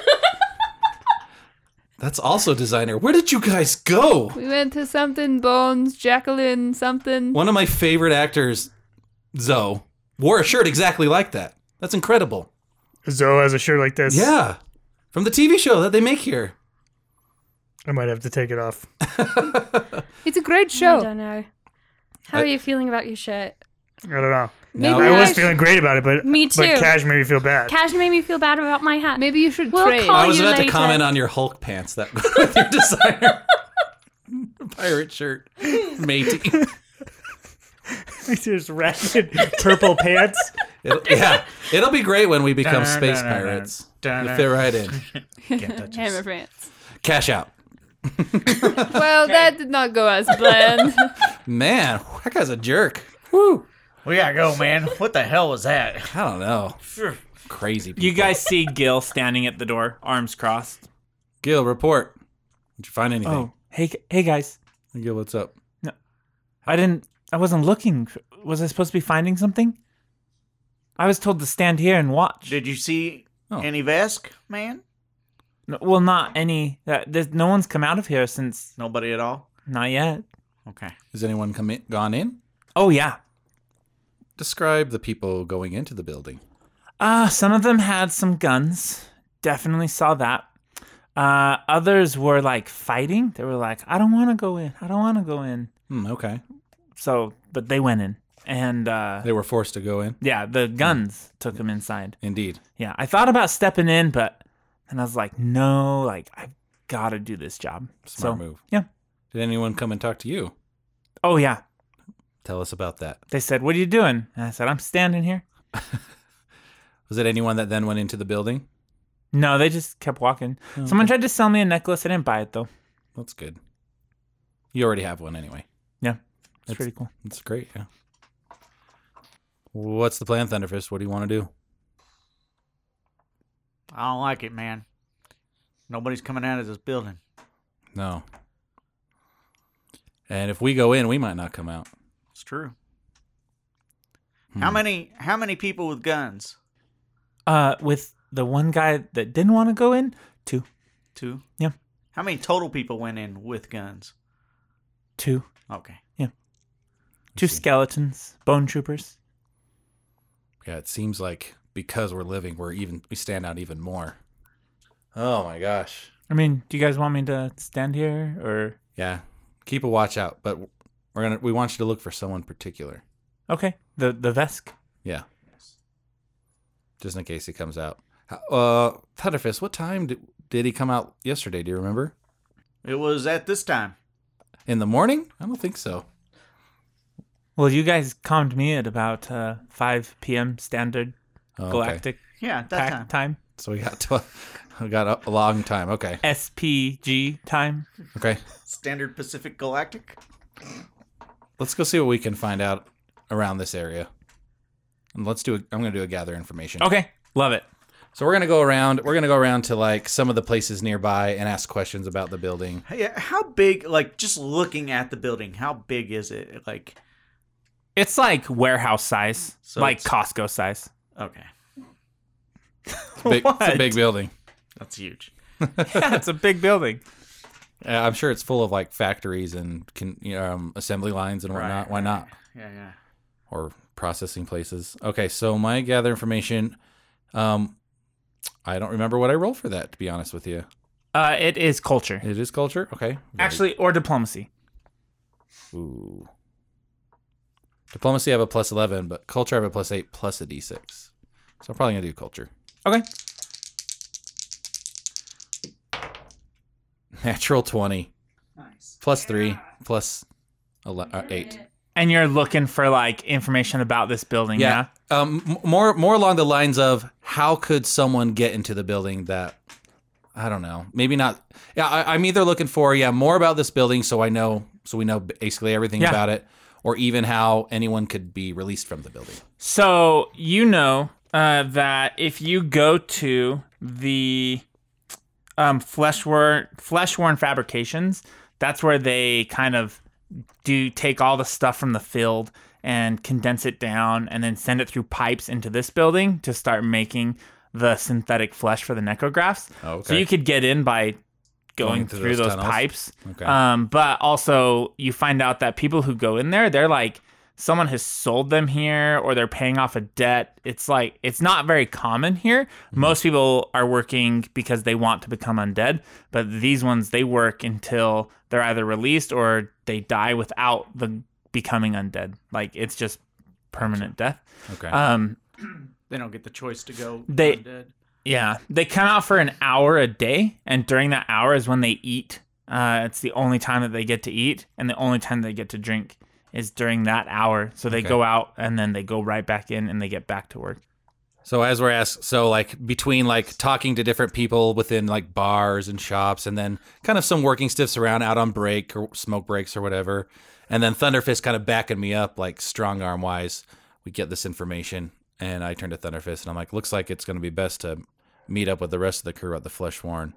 That's also designer. Where did you guys go?
We went to something bones, Jacqueline something.
One of my favorite actors, Zoe, wore a shirt exactly like that. That's incredible.
Zoe has a shirt like this.
Yeah. From the TV show that they make here.
I might have to take it off.
It's a great
I
show.
don't know. How
I-
are you feeling about your shirt?
I don't know.
No,
Maybe
I was
I sh-
feeling great about it, but
Me
But
too.
Cash made me feel bad.
Cash made me feel bad about my hat.
Maybe you should
We'll
trade.
call-
Uh, I was
you
about to
later.
comment on your Hulk pants that with your designer pirate shirt, matey.
Just ragged purple pants.
It'll, yeah, it'll be great when we become space
Dun-dun-dun-dun.
pirates. You'll
Dun-dun.
fit right in.
Can't touch
Hammer
us.
France.
Cash out,
Well, that did not go as planned.
man. That guy's a jerk.
We gotta go, man. What the hell was that?
I don't know. Crazy. People.
You guys see Gil standing at the door, arms crossed.
Gil, report. Did you find anything?
hey, hey guys.
Gil, what's up?
I didn't. I wasn't looking. Was I supposed to be finding something? I was told to stand here and watch.
Did you see
Oh.
any Vesk, man?
No, well, not any. Uh, there's no one's come out of here since.
Nobody at all?
Not yet.
Okay.
Has anyone come in, gone in?
Oh yeah.
Describe the people going into the building.
Uh, some of them had some guns. Definitely saw that. Uh, others were like fighting. They were like, I don't want to go in. I don't want to go in.
Hmm, okay.
So, but they went in. And uh,
They were forced to go in. Hmm.
yeah, the guns took them inside.
Indeed.
Yeah, I thought about stepping in, but then I was like, no, like, I've got to do this job.
Smart
so,
move.
Yeah.
Did anyone come and talk to you?
Oh, yeah.
Tell us about that.
They said, What are you doing? And I said, I'm standing here.
Was it anyone that then went into the building? Oh,
No, they just kept walking. Someone tried to sell me a necklace. I didn't buy it, though.
That's good. You already have one anyway.
Yeah, it's
That's-
pretty cool.
That's great. Yeah. What's the plan, Thunderfist? What do you want to do?
I don't like it, man. Nobody's coming out of this building.
No. And if we go in, we might not come out. Hmm.
It's true.
Hmm.
How many how many people with guns?
Uh, with the one guy that didn't want to go in, two,
Two?
Yeah.
How many total people went in with guns?
two,
Okay.
two skeletons, bone troopers.
Yeah, it seems like because we're living, we're even we stand out even more. Oh my gosh.
I mean, do you guys want me to stand here or?
Yeah. Keep a watch out, but we're gonna we want you to look for someone particular.
Okay, the the Vesk.
Yeah. Just in case he comes out. Uh, Thunderfist, what time did, did he come out yesterday? Do you remember?
It was at this time.
In the morning? I don't think so.
Well, you guys calmed me at about uh, 5 p.m. Standard
Oh, okay.
Galactic
Yeah, at that
Pack
time.
time,
So we got to, we got a- a long time. Okay.
SPG time.
Okay.
Standard Pacific Galactic.
Let's go see what we can find out around this area. And let's do a, I'm going to do a gather information.
Okay, love it.
So we're going to go around, we're going to go around to like some of the places nearby and ask questions about the building.
Hey, uh, how big? Like just looking at the building, how big is it? Like
It's like warehouse size,
So
like
it's-
Costco size.
okay,
It's a big, It's a
What?
big building.
that's huge.
yeah, it's a big building.
Uh, I'm sure it's full of like factories and can, you know, um, assembly lines and whatnot.
Right,
Why
right.
not?
Yeah, yeah.
or processing places. Okay, so my gather information, um, I don't remember what I rolled for that. To be honest with you,
Uh, it is culture,
it is culture. Okay,
actually, or diplomacy.
Ooh. diplomacy I have a plus eleven, but culture I have a plus eight plus a d six. So I'm probably gonna do culture.
Okay,
Natural twenty, nice. plus three, plus ele- uh, eight.
and you're looking for like information about this building. Yeah,
Yeah. Um, m- more more along the lines of how could someone get into the building that I don't know. Maybe not. Yeah, I, I'm either looking for yeah more about this building so I know so we know basically everything
Yeah.
about it, or even how anyone could be released from the building.
So you know uh, that if you go to the um, fleshworn fleshworn fabrications, that's where they kind of do take all the stuff from the field and condense it down, and then send it through pipes into this building to start making the synthetic flesh for the necrographs.
Oh,
So
okay.
you could get in by going,
through
through,
those
those,
tunnels?
pipes.
Okay.
Um, but also, you find out that people who go in there, they're like, someone has sold them here or they're paying off a debt. It's like, it's not very common here. Most people are working because they want to become undead, but these ones, they work until they're either released or they die without the becoming undead. Like, it's just permanent death.
Okay.
Um,
They don't get the choice to go.
They-
undead.
yeah, they come out for an hour a day, and during that hour is when they eat. Uh, it's the only time that they get to eat, and the only time they get to drink is during that hour. So they
Okay.
go out and then they go right back in and they get back to work.
so as we're asked, so like between like talking to different people within like bars and shops, and then kind of some working stiffs around out on break or smoke breaks or whatever, and then Thunderfist kind of backing me up like strong arm wise. We get this information, and I turn to Thunderfist and I'm like, looks like it's going to be best to meet up with the rest of the crew at the Fleshworn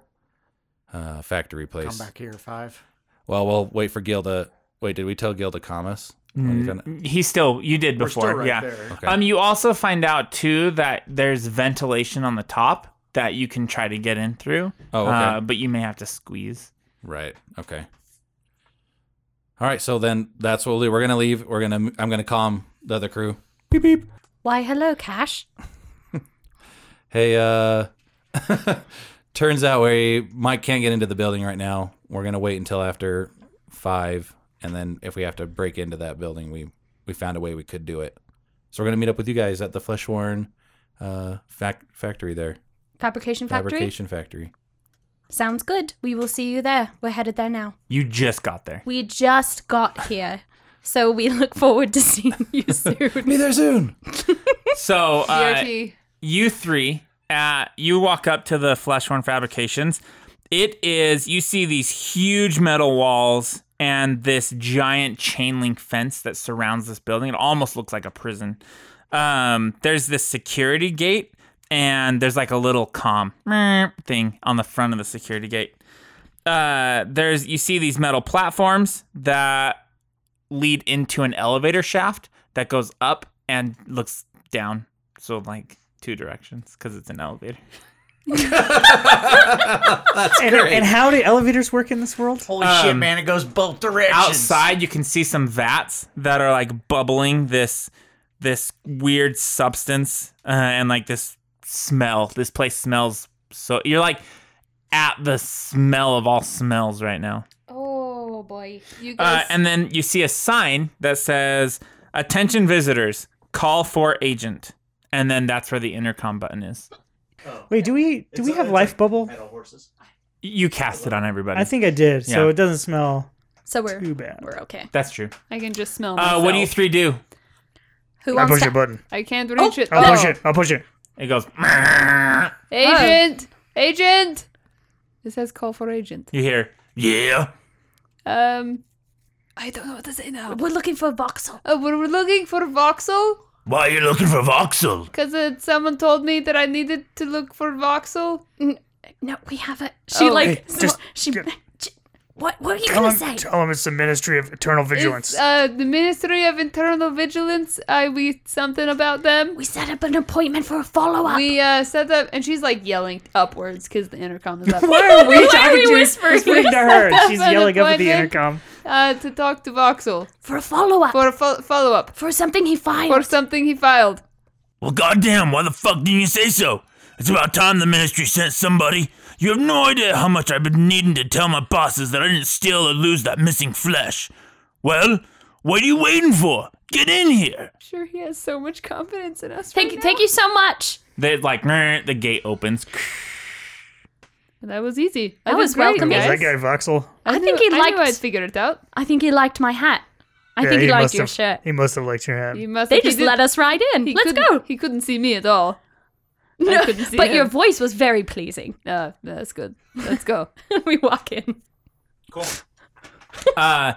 uh, factory place.
Come back here five.
Well, we'll wait for Gil to Wait, did we tell Gil to calm us?
Mm, He's still. You did
We're still
before.
right
yeah.
there.
Okay.
Um. You also find out too that there's ventilation on the top that you can try to get in through.
Oh, okay.
Uh, but you may have to squeeze.
Right. Okay. All right. So then that's what we'll do. We're gonna leave. We're gonna. I'm gonna calm the other crew. Beep beep.
Why, hello, Cash.
Hey. Uh. turns out we Mike can't get into the building right now. We're gonna wait until after five, and then if we have to break into that building, we we found a way we could do it. So we're gonna meet up with you guys at the Fleshworn uh fac- factory there,
Fabrication Factory?
fabrication factory.
Sounds good. We will see you there. We're headed there now.
You just got there.
We just got here. So we look forward to seeing you
Be
soon.
there soon.
So uh,
DRT.
you three, uh, you walk up to the Fleshhorn Fabrications. It is, you see these huge metal walls and this giant chain link fence that surrounds this building. It almost looks like a prison. Um, there's this security gate, and there's like a little com thing on the front of the security gate. Uh, there's, you see these metal platforms that lead into an elevator shaft that goes up and looks down. So like two directions because it's an elevator.
And, and how do elevators work in this world?
Holy
Um,
shit, man! It goes both directions.
Outside, you can see some vats that are like bubbling this this weird substance uh, and like this smell. This place smells so you're like at the smell of all smells right now.
oh, boy.
You
Uh,
guys,
and then you see a sign that says "Attention visitors, call for agent," and then that's where the intercom button is.
Wait, do we do we have life bubble?
You cast it on everybody.
I think I did, so
Yeah.
it doesn't smell
So we're,
too bad.
we're okay.
that's true.
I can just smell.
Uh, what do
Oh,
you
myself.
three do?
Who
I
wants
push
to
a button.
I can't reach it.
I'll
Oh.
push it. I'll push it.
It goes.
Agent, agent. It says call for agent.
You hear? Yeah.
Um, I don't know what to say now.
We're looking for Voxel.
Uh, we're we're looking for Voxel
Why are you looking for Voxel?
because uh, someone told me that I needed to look for Voxel.
No, we have a. She
Oh.
like
Hey, just-
sm- she, she- What? What were you
Tell
gonna
him,
say?
tell him it's the Ministry of Eternal Vigilance.
It's, uh, the Ministry of Internal Vigilance. I we something about them.
we set up an appointment for a follow up.
We uh, set up, and she's like yelling upwards because the intercom is up.
Why are we
we
talking to,
whispering?
whispering to her? She's
an
yelling up at the
appointment.
intercom.
uh, to talk to Voxel
for a follow up. For,
for a fo- follow up
something he
for
filed.
something he filed.
Well, goddamn! Why the fuck didn't you say so? It's about time the ministry sent somebody. You have no idea how much I've been needing to tell my bosses that I didn't steal or lose that missing flesh. Well, what are you waiting for? Get in here!
Sure, he has so much confidence in us.
thank
right
you.
now.
Thank you so much.
They like "Nah," the gate opens.
That was easy. I
That
did
was
great,
welcoming.
Is
guys.
that guy Voxel?
I
knew-
think he
I knew
liked-
I'd figured it out.
I think he liked my hat. I
Yeah,
think he, liked
must
your
have-
shirt.
He must have liked your hat.
He must.
They
he
just
did-
let us right in.
he
Let's
couldn't-
go.
He couldn't see me at all. I couldn't see
but your
him.
voice was very pleasing.
Uh, that's good. Let's go.
we walk in.
uh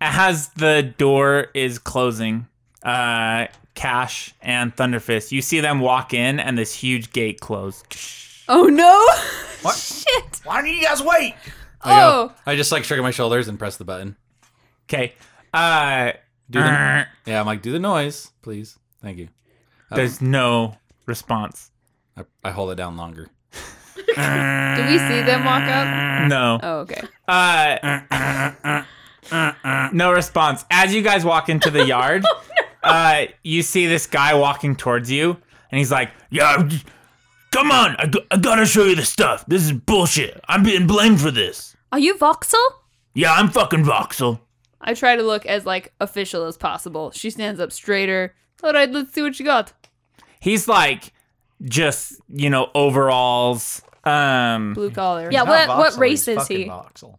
as the door is closing uh cash and thunderfist you see them walk in and this huge gate close
oh no!
Why don't you guys wait?
I go-
Oh.
I just like shrug my shoulders and press the button.
okay uh
Do the, yeah, I'm like, do the noise, please. Thank you. Um,
there's no response
I, I hold it down longer.
Do we see them walk up?
no
Oh, okay.
uh no response as you guys walk into the yard
Oh,
uh you see this guy walking towards you and he's like
Yeah, come on. I, go- I gotta show you the stuff. This is bullshit. I'm being blamed for this.
Are you Voxel?
Yeah, I'm fucking Voxel.
I try to look as like official as possible. She stands up straighter. All right, let's see what you got.
Mm-hmm.
he's like just you know overalls um
Blue collar.
Yeah. What?
Not
What
Voxel,
race
he's
is he?
fucking Voxel.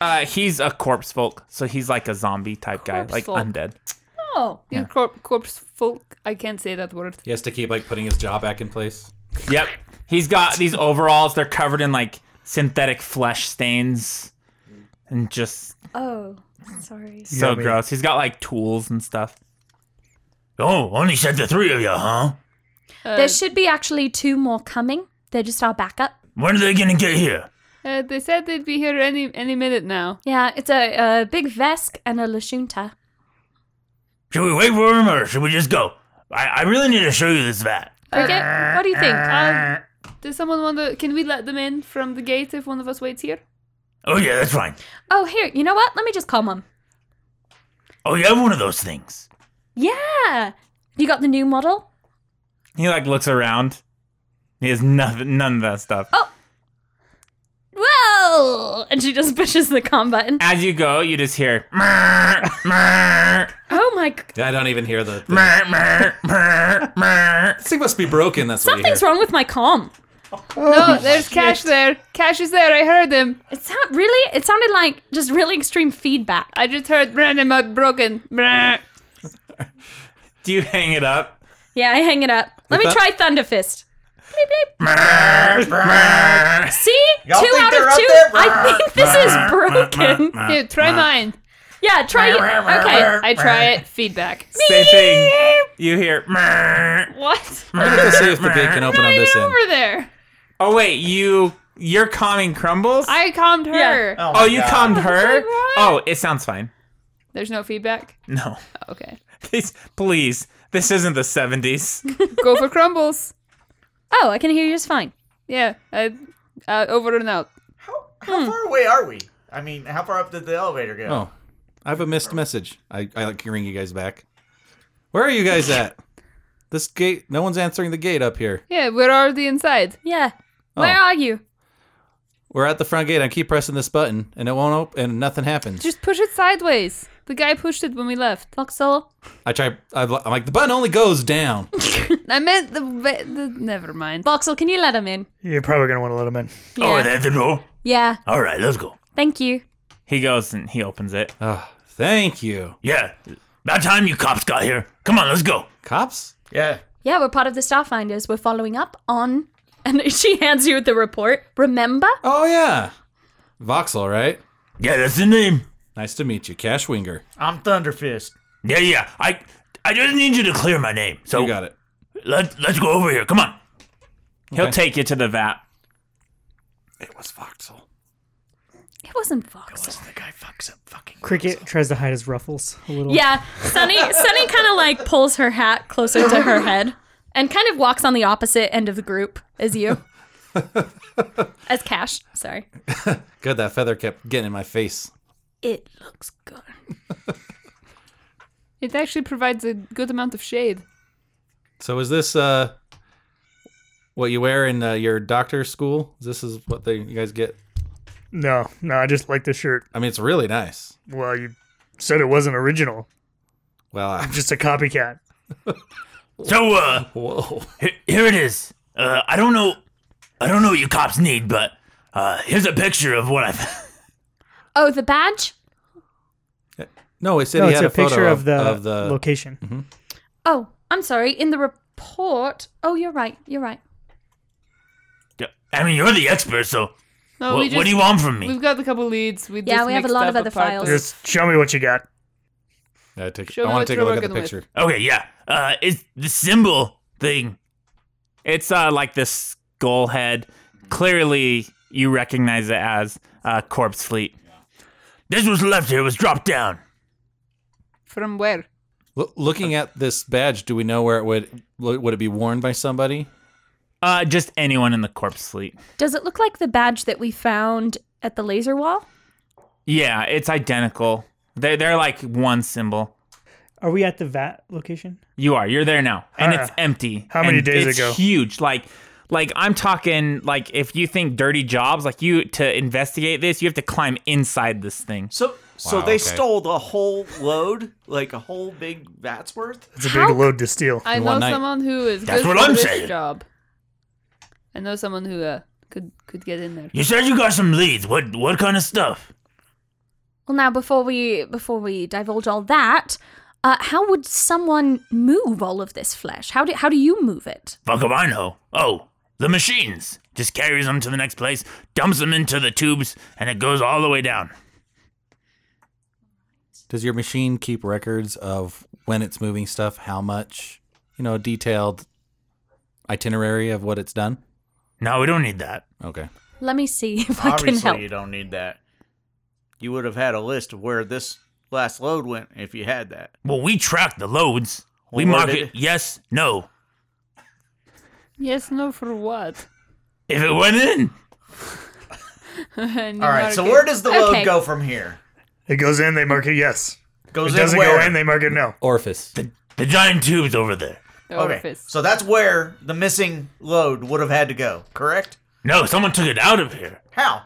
uh he's a corpse folk so he's like a zombie type guy
Corpse
like
folk.
undead
Oh,
You corp- corpse folk. I can't say that word.
He has to keep like putting his jaw back in place.
yep he's got these overalls they're covered in like synthetic flesh stains and just
oh, sorry.
so
Yummy.
gross he's got like tools and stuff
Oh, only sent the three of you, huh?
Uh,
There should be actually two more coming. They're just our backup.
When are they gonna get here?
Uh, they said they'd be here any any minute now.
Yeah, Uh, it's a, a big vesk and a lashunta.
Should we wait for him or should we just go? I, I really need to show you this vat.
Cricket, what do you think? Uh, does someone want to? Can we let them in from the gate if one of us waits here?
Oh, yeah, that's fine.
Oh, here, you know what? Let me just call mum.
Oh, you have one of those things.
Yeah, you got the new model.
He like looks around. He has nothing, none of that stuff.
Oh. Well, and she just pushes the com button.
As you go, you just hear. "Mer, mer,
Oh my! g-
I don't even hear the. Thing.
mer, mer, mer, mer."
This thing must be broken. That's what you hear.
Something's wrong with my com.
Oh,
no, there's Cash there. Cash is there. I heard him.
It sound really. It sounded like just really extreme feedback.
I just heard random out broken. Brr.
Do you hang it up?
Yeah, I hang it up. Let me
With
try Thunder Fist. Bleep, bleep.
Mer,
See,
Y'all
two
think
out of
they're up
two.
there?
I think this is broken.
mer.
Here, try mine.
Yeah, try. it. Okay.
I try it. Feedback.
Same thing. You hear. "Mer."
What?
I'm gonna see if the gate can open on this end.
Over there.
Oh wait, you you're calming crumbles.
I calmed her.
Oh, my
oh, you
God.
calmed her.
like, what?
oh, it sounds fine.
There's no feedback.
No,
Oh, Okay.
please, please. This isn't the '70s.
Go for crumbles.
Oh, I can hear you just fine.
Yeah. I, uh, over and out.
How, how
Hmm.
far away are we? I mean, how far up did the elevator go?
Oh, I have a missed message. I, I like can ring you guys back. Where are you guys at? This gate, no one's answering the gate up here.
Yeah, we're already inside.
Yeah.
Oh.
Where are you?
We're at the front gate. I keep pressing this button and it won't open and nothing happens.
Just push it sideways. The guy pushed it when we left.
Voxel.
I try, I'm li- I'm like, the button only goes down.
I meant the, ve- the never mind.
Voxel, can you let him in?
You're probably gonna want to let him in.
Yeah.
Oh, that's the door.
yeah.
All right, let's go.
Thank you.
He goes and he opens it.
Oh, thank you.
Yeah. About time you cops got here. Come on, let's go.
Cops?
Yeah.
Yeah, we're part of the Starfinders. We're following up on. And she hands you the report. Remember?
Oh, yeah. Voxel, right?
Yeah, that's the name.
Nice to meet you. Cash Winger.
I'm Thunderfist.
Yeah, yeah. I I just need you to clear my name. So
You got it.
Let, let's go over here. Come on.
He'll
Okay.
take you to the vat.
It was Voxel.
It wasn't Voxel.
The guy fucks up fucking.
Cricket tries to hide his ruffles a little.
Yeah, Sunny Sunny kind of like pulls her hat closer to her head and kind of walks on the opposite end of the group as you. as Cash, sorry.
Good, that feather kept getting in my face.
It looks good.
It actually provides a good amount of shade.
So is this uh what you wear in uh, your doctor's school? This is what they you guys get.
No, no, I just like this shirt.
I mean, it's really nice.
Well, you said it wasn't original.
Well, I,
Just a copycat.
So uh
whoa,
he- here it is. Uh I don't know I don't know what you cops need, but uh here's a picture of what I've
Oh, the badge?
no, it said
No,
he
it's
had
a,
a, photo
picture of the,
of the Mm-hmm.
location.
Oh, I'm sorry. In the report. Oh, you're right. You're right.
I mean, you're the expert, so
No,
what,
we just,
what do you want from me?
We've got a couple leads. We
Yeah,
just
we have a
mixed
lot
up
of
a
other
part
files.
of-
Just show me what you got.
I, take,
Show
I
me
want
what
to take a
you're
look at the
working with.
picture.
Okay, yeah. Uh it's the symbol thing.
It's uh, like this skull head. Clearly, you recognize it as uh, Corpse Fleet.
This was left here, it was dropped down.
From where?
Loo- looking at this badge, do we know where it would lo- would it be worn by somebody?
Uh, just anyone in the Corpse Fleet.
Does it look like the badge that we found at the laser wall?
Yeah, it's identical. They're, they're like one symbol.
Are we at the VAT location?
You are. You're there now, and
Huh.
it's empty.
How many
and
days
it's
ago?
Huge. Like, like I'm talking. Like, if you think dirty jobs, like you to investigate this, you have to climb inside this thing.
So, so
Wow,
they
okay.
stole the whole load, like a whole big vat's worth.
It's a big load to steal.
I
In
know
one night.
someone who is
That's
good
what
for
I'm
this
saying.
job. I know someone who uh, could could get in there.
You said you got some leads. What what kind of stuff?
Well, now before we before we divulge all that, uh, how would someone move all of this flesh? How do how do you move it?
Fuck if I know. Oh, the machines. Just carries them to the next place, dumps them into the tubes, and it goes all the way down.
Does your machine keep records of when it's moving stuff, how much, you know, detailed itinerary of what it's done?
No, we don't need that.
Okay.
Let me see if I can help.
Obviously, you don't need that. You would have had a list of where this last load went if you had that.
Well, we track the loads. We
Or
mark
did
it
it?
yes, no.
Yes, no, for what?
If it went in,
All
All right, so where does the
Okay.
load go from here?
It goes in, they mark it yes.
Goes
It doesn't
in where?
go in, they mark it no.
Orifice.
the giant tube's over there.
okay, so that's where the missing load would have had to go. Correct?
No, someone took it out of here.
How?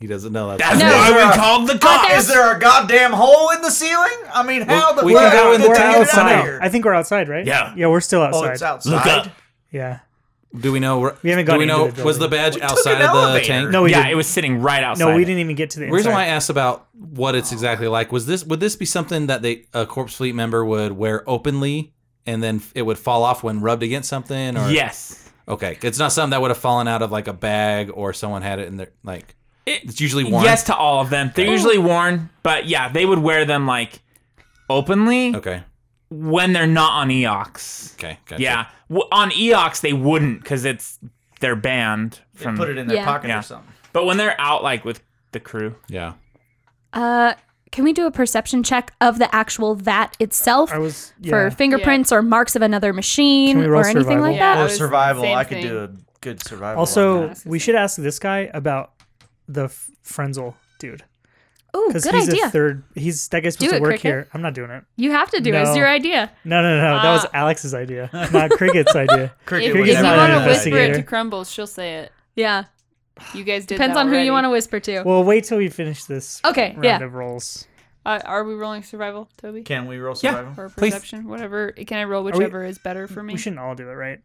He doesn't know that.
That's
No.
why we called the cops.
Is there a goddamn hole in the ceiling? I mean, how the
we
fuck
can go
did
in
they
there
get it out of
outside.
here?
I think we're outside, right?
Yeah.
Yeah, we're still
Oh,
outside.
it's outside.
Look up.
Yeah.
Do we know?
We haven't
do
gone
we
into
know?
the
was the
building.
badge
took
outside
an
of the
elevator.
tank?
No, we
yeah,
didn't.
it was sitting right outside.
no, we
it.
didn't even get to the
The reason why I
inside.
asked about what it's exactly like was this. Would this be something that they a corpse fleet member would wear openly, and then it would fall off when rubbed against something? Or
Yes.
okay, it's not something that would have fallen out of like a bag or someone had it in their like.
It-
It's usually worn.
Yes to all of them. They're usually worn, but yeah, they would wear them like openly
Okay.
when they're not on Eox.
Okay. Gotcha.
Yeah, w- on Eox they wouldn't because it's they're banned from.
Put it in their
Yeah.
pocket
Yeah.
or something.
but when they're out like with the crew,
Yeah.
Uh, can we do a perception check of the actual vat itself
I was yeah.
for fingerprints or marks of another machine
Can we roll
or anything like
survival?
that?
Or survival. I could do a good survival. on
Also,
that.
we should ask this guy about the f- Frenzel dude
Oh,
because
good
he's
idea.
a third. He's that guy's
Do
supposed to
it,
work
Cricket.
here. I'm not doing it.
You have to do it. It's
No.
your idea.
No, no, no. that was
Ah.
Alex's idea, not Cricket's idea.
Cricket
if,
would
if you
never
want
do
to
that.
whisper it to
Investigator.
Crumbles, she'll say it.
yeah.
You guys did.
Depends
that
on who you want
already.
to whisper to.
Well, wait till we finish this.
Okay,
Round
yeah.
of rolls.
Uh, are we rolling survival, Toby,
Can we roll
Yeah.
survival?
or
please.
perception, whatever? Can I roll
we-
whichever is better for me?
We shouldn't all do it, right?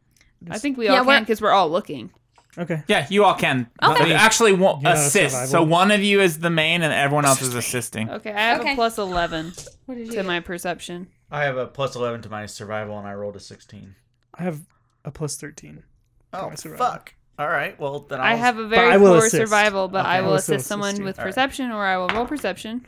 I think we
Yeah,
all can
we're-
because we're all looking.
Okay.
yeah, you all can. Okay. Actually, one,
Yeah,
assist.
survival.
So one of you is the main, and everyone else is assisting.
Okay, I have
Okay.
a plus eleven to my perception.
I have a plus 11 to my survival, and I rolled a 16.
I have a plus thirteen.
Oh,
my survival.
fuck. All right. Well, then I'll
I have a
I
very
will
poor
assist.
survival, but I
Okay.
will
I will still
assist someone
assist you.
with
All right.
perception, or I will roll perception.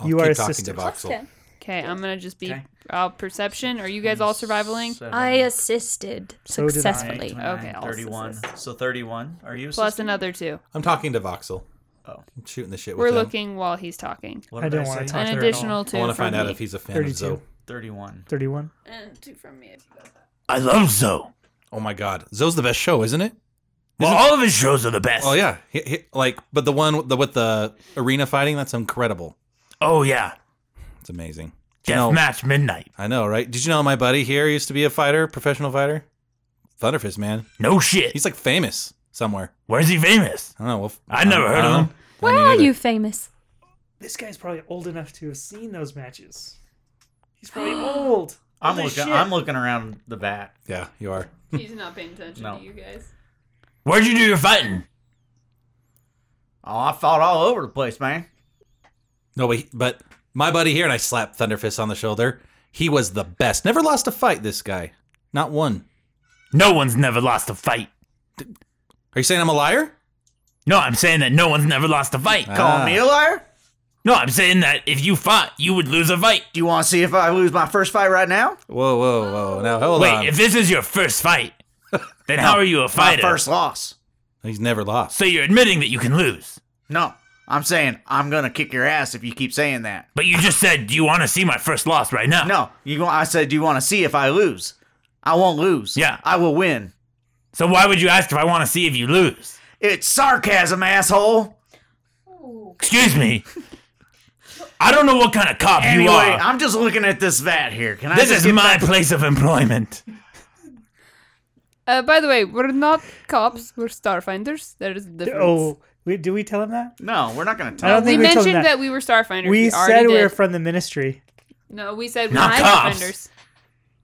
I'll
You
keep
are
talking
assisted.
to Voxel.
Okay, I'm gonna just be
Okay.
I'll perception. Are you guys all survivaling?
Seven,
I assisted
So did I.
successfully.
eight, nine,
Okay, I'll
31. So 31. Are you
Plus
assisting?
another two.
I'm talking to Voxel.
Oh.
I'm shooting the shit
We're
with him.
looking while he's talking.
What
I
did
don't wanna
say?
talk
An
Not there at
additional two.
I want to
from
find out
me.
if he's a fan of
32.
Zoe.
31.
Thirty-one.
And two from me.
I love Zoe.
Oh my god, Zoe's the best show, isn't it?
Well, all of his shows are the best.
Oh yeah, He- he- like but the one with the, with the arena fighting that's incredible.
Oh yeah.
It's amazing.
Death
No.
match midnight.
I know, right? Did you know my buddy here used to be a fighter, professional fighter? Thunderfist, man.
No shit.
He's like famous somewhere.
Where's he famous?
I don't know. Well,
I never heard of
don't
him.
know.
Where
Me
are
neither.
you famous?
This guy's probably old enough to have seen those matches. He's probably old.
I'm looking, I'm looking around the bat.
Yeah, you are.
He's not paying attention
No.
to you guys.
Where'd you do your fighting?
Oh, I fought all over the place, man.
No, but, he- but my buddy here and I slapped Thunderfist on the shoulder. He was the best. Never lost a fight. This guy, not one.
No one's never lost a fight.
Are you saying I'm a liar?
No, I'm saying that no one's never lost a fight.
Calling
Ah.
me a liar?
No, I'm saying that if you fought, you would lose a fight.
Do you want to see if I lose my first fight right now?
Whoa, whoa, whoa! Now hold
Wait,
on.
if this is your first fight, then how are you a
My
fighter?
first loss.
He's never lost.
So you're admitting that you can lose.
No, I'm saying I'm gonna kick your ass if you keep saying that.
But you just said, do you want to see my first loss right now?
No, you. go- I said, do you want to see if I lose? I won't lose.
Yeah.
I will win.
So why would you ask if I want to see if you lose?
It's sarcasm, asshole.
Excuse me. I don't know what kind of cop
Anyway,
you are.
I'm just looking at this vat here. Can I?
this
just
is
get
my
back to-
place of employment.
Uh, by the way, we're not cops. We're starfinders. There is a difference.
Oh, we, did we tell him that?
No, we're not gonna
I
tell.
don't
you.
we
think we told him
mentioned that.
that.
we were starfinders.
we
already
said we
did.
were from the ministry.
No, we said we
Not
were
cops.
starfinders.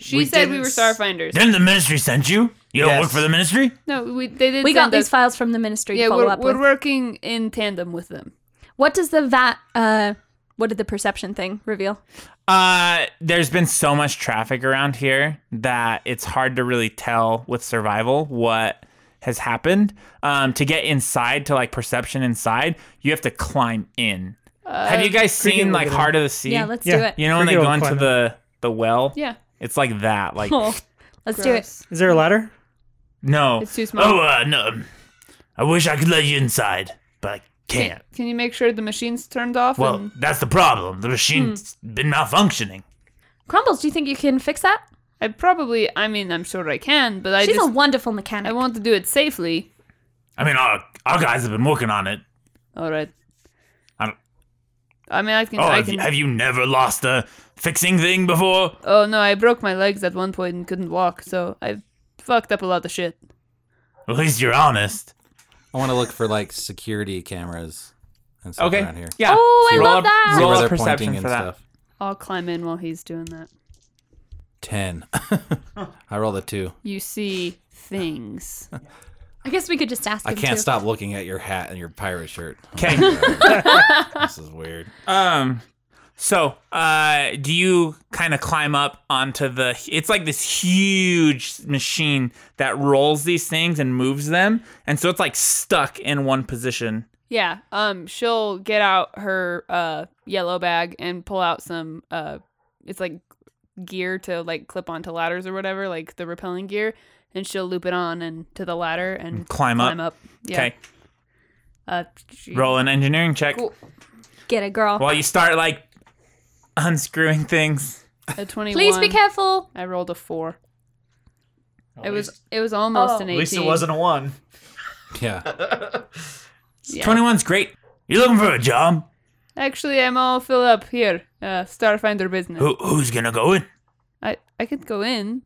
She
We
said we
didn't
were
s-
starfinders.
Then the ministry sent you. You don't
Yes.
work for the ministry?
No, we they did.
We got
send us-
these files from the ministry
Yeah,
to follow
we're,
up
we're
with.
working in tandem with them.
What does the vat? Uh, what did the perception thing reveal?
Uh, there's been so much traffic around here that it's hard to really tell with survival what has happened. Um, to get inside to like perception inside, you have to climb in. have you guys seen
will
like
get in.
Heart of the Sea?
Yeah, let's
Yeah.
do it.
you know when they
Cricket
go
will
into
climb in.
the the well?
Yeah.
It's like that.
Oh.
Like
Let's do it.
Is there a ladder?
no.
It's too small.
Oh, uh, no. I wish I could let you inside, but I can't.
Can you make sure the machine's turned off?
Well,
and-
that's the problem. The machine's
Hmm.
been malfunctioning.
Crumbles, do you think you can fix that?
I probably. I mean, I'm sure I can, but I
She's
just.
a wonderful
I
mechanic.
want to do it safely.
I mean, our, our guys have been working on it.
All right.
I don't-
I mean, I can.
Oh,
I
have,
can.
you, have you never lost a fixing thing before?
oh no, I broke my legs at one point and couldn't walk, so I fucked up a lot of shit.
At least you're honest.
I want to look for like security cameras and stuff
Okay.
around here.
Yeah.
Oh, I
roll
love
a-
that.
See
Roll
where
a
they're
perception
pointing
for
and
that.
stuff.
I'll climb in while he's doing that.
Ten. I rolled a two.
You see things.
I guess we could just ask
I
him
can't
to.
stop looking at your hat and your pirate shirt.
Okay.
this is weird.
Um. So, uh, do you kind of climb up onto the? It's like this huge machine that rolls these things and moves them, and so it's like stuck in one position.
Yeah. Um. She'll get out her uh yellow bag and pull out some uh, it's like gear to like clip onto ladders or whatever, like the repelling gear, and she'll loop it on and to the ladder and
Climb up.
climb up. Yeah.
Okay.
Uh, she-
Roll an engineering check
Cool.
Get it, girl.
while you start like unscrewing things.
a twenty-one.
Please be careful.
I rolled a four. it was it was almost an
Oh.
At
eighteen.
least it wasn't a one.
Yeah.
Yeah.
Twenty one's great.
You looking for a job?
Actually, I'm all filled up here. Uh, Starfinder business.
Who, who's gonna go in?
I I could go in.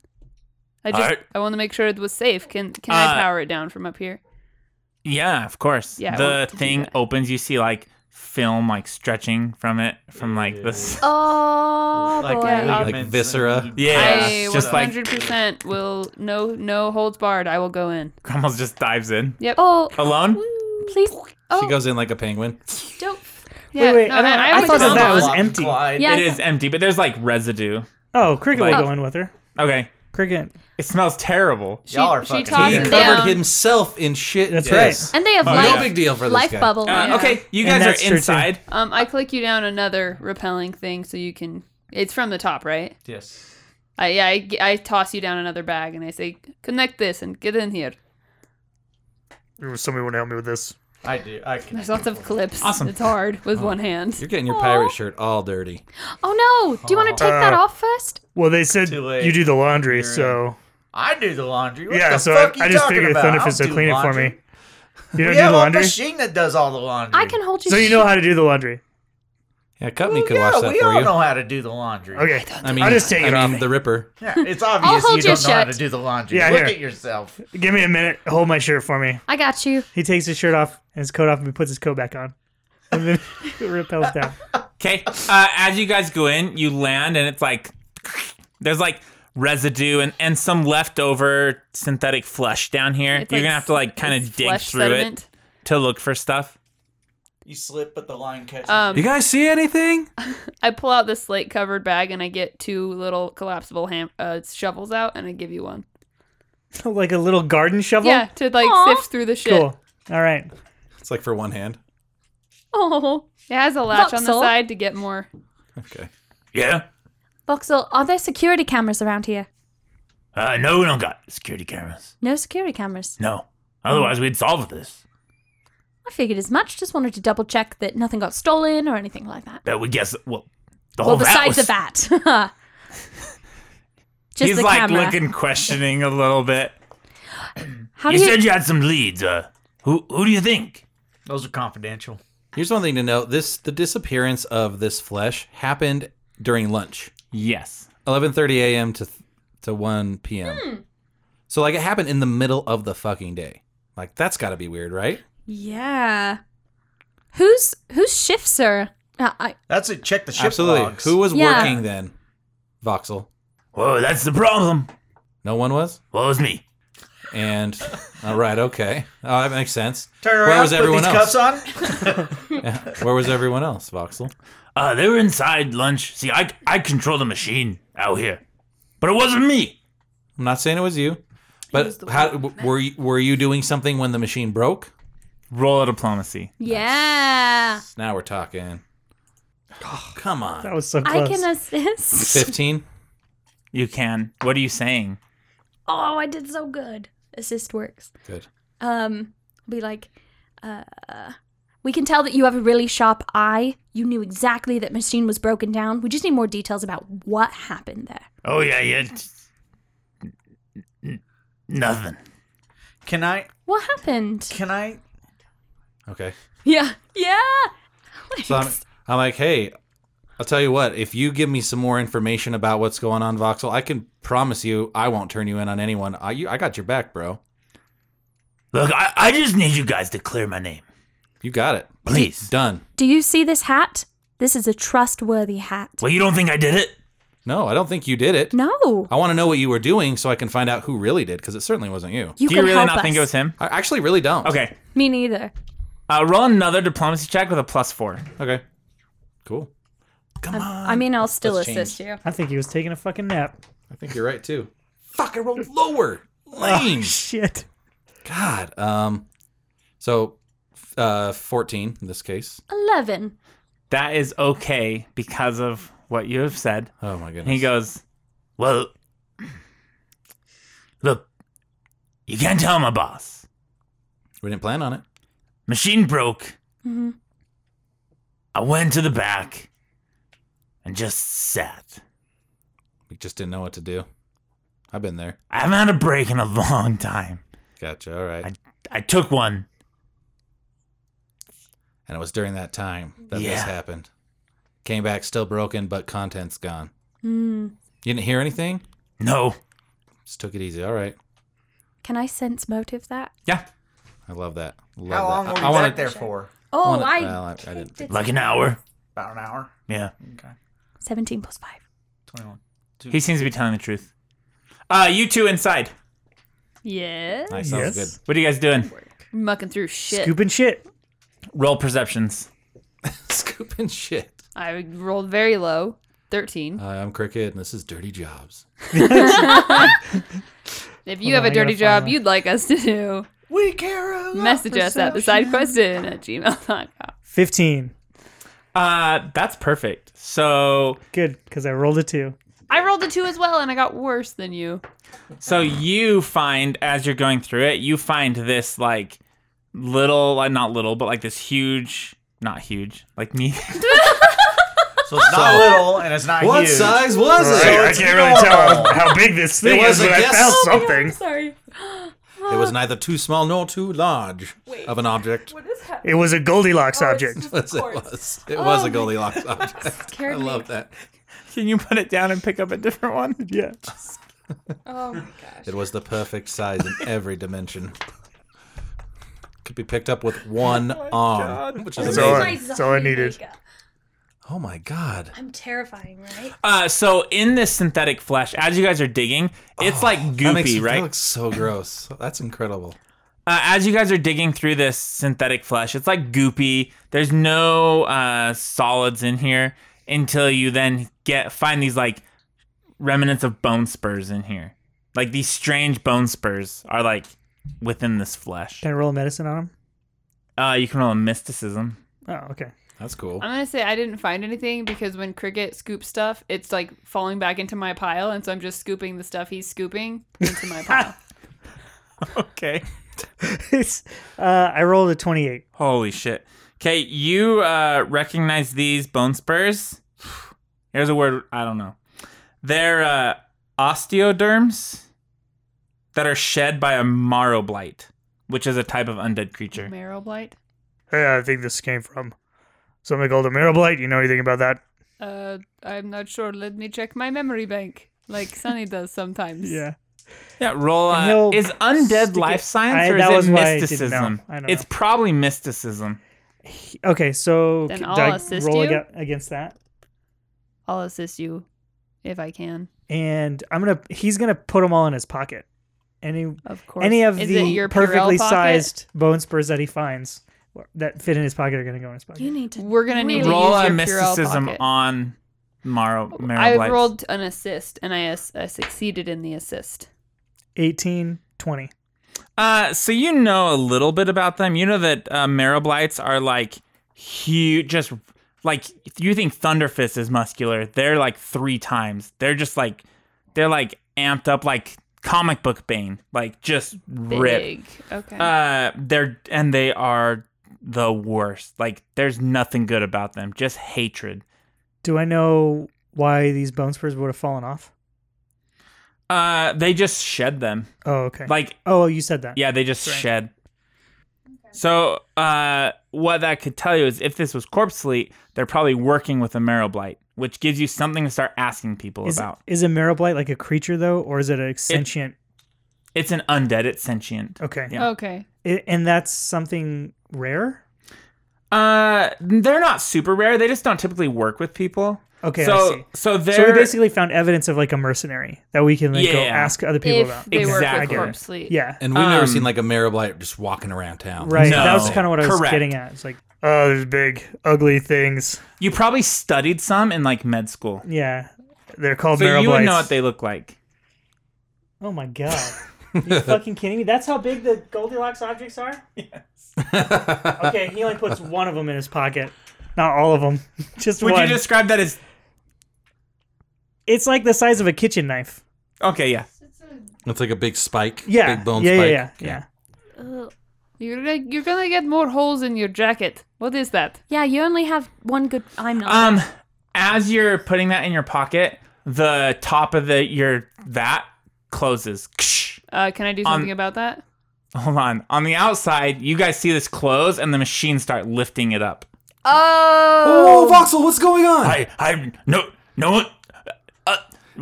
I
All
just
right.
I want to make sure it was safe. Can can
Uh,
I power it down from up here?
Yeah, of course.
Yeah, I
The
want to do
thing
that.
opens. You see like film like stretching from it from like this.
Oh
Like,
boy.
Yeah.
ligaments
Like viscera.
and-
Yeah,
I
just like
100% will no no holds barred. I will go in.
Crumbles just dives in
Yep.
Oh,
alone.
please.
She
Oh,
goes in like a penguin.
don't.
Yeah,
wait, I
no,
don't-
I,
I
would
thought
go
that
in.
was
Lock,
empty.
Clyde.
Yeah.
It is empty, but there's like residue.
Oh, Cricket
Like-
will go in with her.
Okay,
Cricket.
it smells terrible.
Y'all are
she
fucking.
talks-
He
Awesome.
covered
Down.
himself in shit.
That's
Yes.
And they have
No
life,
big deal for this
life
guy.
bubble.
Uh,
Yeah.
Okay, you
And
guys
that's
are
true, too.
inside.
Um, I click you down another repelling thing so you can. It's from the top, right?
Yes.
I yeah, I, I toss you down another bag and I say connect this and get in here.
Somebody want to help me with this?
I do. I can.
There's lots of clips.
Awesome.
It's hard with one hand.
You're getting your pirate shirt all dirty.
Oh no! Do you want to take that
Uh,
off first?
Well, they said
Too late.
you do the laundry,
You're
so
I do the laundry. What
yeah.
the
So I,
fuck
I
you
just
talking
figured
about?
Thunderfist
I'll
would clean it for
laundry.
me. You don't
We
do
have
the
a
laundry.
machine that does all the laundry.
I can hold you.
So you know how to do the laundry.
Yeah, Cutney
Well,
could
yeah,
wash that
we
for
all
you.
know how to do the laundry.
Okay.
I mean,
I'll just take
I
it
mean,
off.
the Ripper.
Yeah, it's obvious
hold
you
your
don't know how to
shirt.
do the laundry.
Yeah,
Look
here.
at yourself.
Give me a minute. Hold my shirt for me.
I got you.
He takes his shirt off and his coat off, and he puts his coat back on. And then it repels down.
Okay, uh, as you guys go in, you land and it's like there's like residue and, and some leftover synthetic flesh down here.
It's
You're
like
gonna have to like kind
it's
of dig
flesh
through
sediment.
it to look for stuff.
You slip, but the line catches.
Um,
You guys see anything?
I pull out this slate covered bag and I get two little collapsible ham- uh, shovels out and I give you one.
like a little garden shovel.
Yeah, to like
Aw.
sift through the shit.
Cool. All right.
It's like for one hand.
Oh,
It has a latch on the
Voxel.
side to get more.
Okay.
Yeah?
Voxel, are there security cameras around here?
Uh, no, we don't got security cameras.
No security cameras.
No. Otherwise, we'd solve this.
I figured as much. Just wanted to double check that nothing got stolen or anything like that.
That we guess, well, the whole
well,
vat
besides
was-
the bat. Just
He's
the
like
camera.
looking questioning a little bit.
How do
You
you?
said you had some leads. Uh, who who do you think?
Those are confidential.
Here's one thing to note: this the disappearance of this flesh happened during lunch,
Yes.
11:30 a.m. to to 1 p.m. So like it happened in the middle of the fucking day. Like that's got to be weird, right?
yeah. Who's whose shifts are? Uh, I,
That's it. Check the ship
Absolutely.
logs.
Who was
Yeah.
working then? Voxel.
Whoa, that's the problem.
No one was.
Well, it's me.
And all right, okay. Oh, that makes sense.
Turn
Where
around.
was
put
everyone
these
else?
cuffs on.
Where was everyone else, Voxel?
Uh, they were inside lunch. See, I I control the machine out here, but it wasn't me.
I'm not saying it was you, but how w- were you, were you doing something when the machine broke?
Roll a diplomacy.
yeah.
Now we're talking. Oh, come on.
That was so
I
close.
can assist.
15.
You can. What are you saying?
oh, I did so good. Assist works.
Good.
Um, Be like, uh, we can tell that you have a really sharp eye. You knew exactly that machine was broken down. We just need more details about what happened there.
Oh yeah, yeah. it's- n- n- Nothing.
Can I?
What happened?
Can I?
Okay.
Yeah, yeah.
So I'm, I'm like, hey, I'll tell you what. If you give me some more information about what's going on, Voxel, I can promise you I won't turn you in on anyone. I, you, I got your back, bro.
Look, I, I just need you guys to clear my name,
You got it.
please.
Done.
Do you see this hat? This is a trustworthy hat.
Well, you don't think I did it?
No, I don't think you did it.
No,
I want to know what you were doing so I can find out who really did, because it certainly wasn't you.
you
Do
can
you really
help
not
us.
think it was him?
I actually really don't.
Okay.
Me neither.
Uh, roll another diplomacy check with a plus four.
Okay. Cool.
I mean, I'll still
Let's change.
assist you.
I think he was taking a fucking nap.
I think you're right too. Fuck, I rolled lower.
Oh,
Lame.
Shit.
God. Um. So, f- uh, fourteen in this case.
Eleven.
That is okay because of what you have said.
Oh my goodness.
And he goes,
Well, look, you can't tell my boss.
We didn't plan on it.
Machine broke.
Mm-hmm.
I went to the back and just sat.
We just didn't know what to do. I've been there.
I haven't had a break in a long time.
Gotcha. All right.
I, I took one.
and it was during that time that this
Yeah.
happened. Came back still broken, but contents gone.
Hmm.
You didn't hear anything.
No.
Just took it easy. All right.
Can I sense motive that?
Yeah.
I love that. Love
How long
that.
were
I-
you
I
back
wanna-
there for?
Oh,
wanna-
I.
well, I- I didn't-
kicked it.
Like an hour.
About an hour.
Yeah.
Seventeen plus five.
Twenty-one.
He seems to be telling the truth. Uh, you two inside.
Yes.
Nice. Sounds
Yes.
What are you guys doing?
Mucking through shit.
Scooping shit.
Roll perceptions.
good. Scooping shit.
I rolled very low. 13.
Hi, Uh, I'm Cricket, and this is Dirty Jobs.
If you have
Hold on,
a
I gotta
dirty
find
job
that.
you'd like us to do,
We care. about
message us at the side question at gmail.com.
Fifteen.
Uh, that's perfect. So,
Good, because I rolled a two.
I rolled a 2 as well and I got worse than you.
so
Uh-huh.
you find as you're going through it, you find this like little, uh, not little, but like this huge, not huge, like me.
So it's not little and it's not
What
huge.
size was it?
I can't really tell how, how big this thing
was
is,
a
but I
guess.
found
Oh
something.
Sorry.
It was neither too small nor too large of an object.
What is happening?
It was a Goldilocks
Oh,
object.
Yes, it was. It was a Goldilocks object. I
scared me.
love that.
Can you put it down and pick up a different one?
Yeah.
Um,
It was the perfect size in every dimension. Could be picked up with one arm, which is
That's
amazing.
all, I, that's all I needed.
Oh my god!
I'm terrifying, right?
Uh, so in this synthetic flesh, as you guys are digging, it's
Oh,
like
That makes
goopy,
that
right?
looks so gross. That's incredible.
uh, as you guys are digging through this synthetic flesh, it's like goopy. There's no uh, solids in here until you then get find these like remnants of bone spurs in here. Like these strange bone spurs are like within this flesh.
Can I roll medicine on him?
Uh, you can roll a mysticism.
Oh, okay.
That's cool.
I'm going to say I didn't find anything because when Cricket scoops stuff, it's like falling back into my pile. And so I'm just scooping the stuff he's scooping into my pile.
Okay.
It's, uh, I rolled a 28.
Holy shit. Okay, you uh, recognize these bone spurs? Here's a word I don't know. They're uh, osteoderms that are shed by a marrow blight, which is a type of undead creature.
Marrow Blight?
Hey, I think this came from something called a Mirablite. You know anything about that?
Uh, I'm not sure. Let me check my memory bank like Sunny does sometimes.
Yeah, roll.
And
Uh,
he'll
is undead
stick
life
it-
science
I-
or
that
is
was
it
why I didn't know.
mysticism?
I don't
It's
know.
probably mysticism.
Okay, so
Then
c-
I'll
do I
assist
roll
you.
aga- against that.
I'll assist you if I can.
And I'm going to, he's going to put them all in his pocket. Any,
Of course.
any of
Is
the
it your
perfectly
Purell pocket?
sized bone spurs that he finds that fit in his pocket are going to go in his pocket.
You need to.
We're gonna need to
really-
roll
use
a
your
mysticism
Purell pocket.
on marrow. marrow
I
blights.
rolled an assist and I, as- I succeeded in the assist.
18, 20.
Uh, so you know a little bit about them. You know that uh, marrow blights are like huge, just like if you think Thunderfist is muscular, they're like three times. They're just like they're like amped up, like comic book Bane, like just rip.
Big. Okay.
Uh, they're and they are the worst. Like there's nothing good about them, just hatred.
Do I know why these bone spurs would have fallen off?
Uh, they just shed them.
Oh, okay.
Like
oh, you said that.
yeah, they just shed. So uh, what that could tell you is if this was corpse sleet, they're probably working with a marrow blight, which gives you something to start asking people
Is,
about.
is a Marrowblight like a creature though, or is it a sentient?
It's an undead. It's sentient.
okay.
yeah.
okay.
I- and that's something rare.
Uh, they're not super rare. They just don't typically work with people.
Okay, I
So
see.
so they're
So we basically found evidence of like a mercenary that we can like go
Yeah.
ask other people
If
about.
they work
Exactly.
with corpse sleep.
Yeah.
And we've never
Um,
seen like a Maribel just walking around town.
Right.
No.
That was kind of what I was
Correct.
getting at. It's like, oh, there's big, ugly things.
you probably studied some in like med school,
Yeah. They're called
so
marrow
you would know
blights.
what they look like.
Oh my god. you fucking kidding me? That's how big the Goldilocks objects are? Yes. okay, he only puts one of them in his pocket. Not all of them. Just
Would
one.
you describe that as
It's like the size of a kitchen knife.
okay? Yeah.
It's like a big spike.
Yeah.
Big bone
yeah,
spike.
yeah, yeah, yeah.
Uh, You're like you're gonna get more holes in your jacket. What is that?
Yeah, you only have one good. I'm not.
Um, as you're putting that in your pocket, the top of the your that closes. Ksh.
Uh, can I do something about that?
Hold on. On the outside, you guys see this close, and the machines start lifting it up.
Oh, Voxel, what's going on?
I, I, no, no one.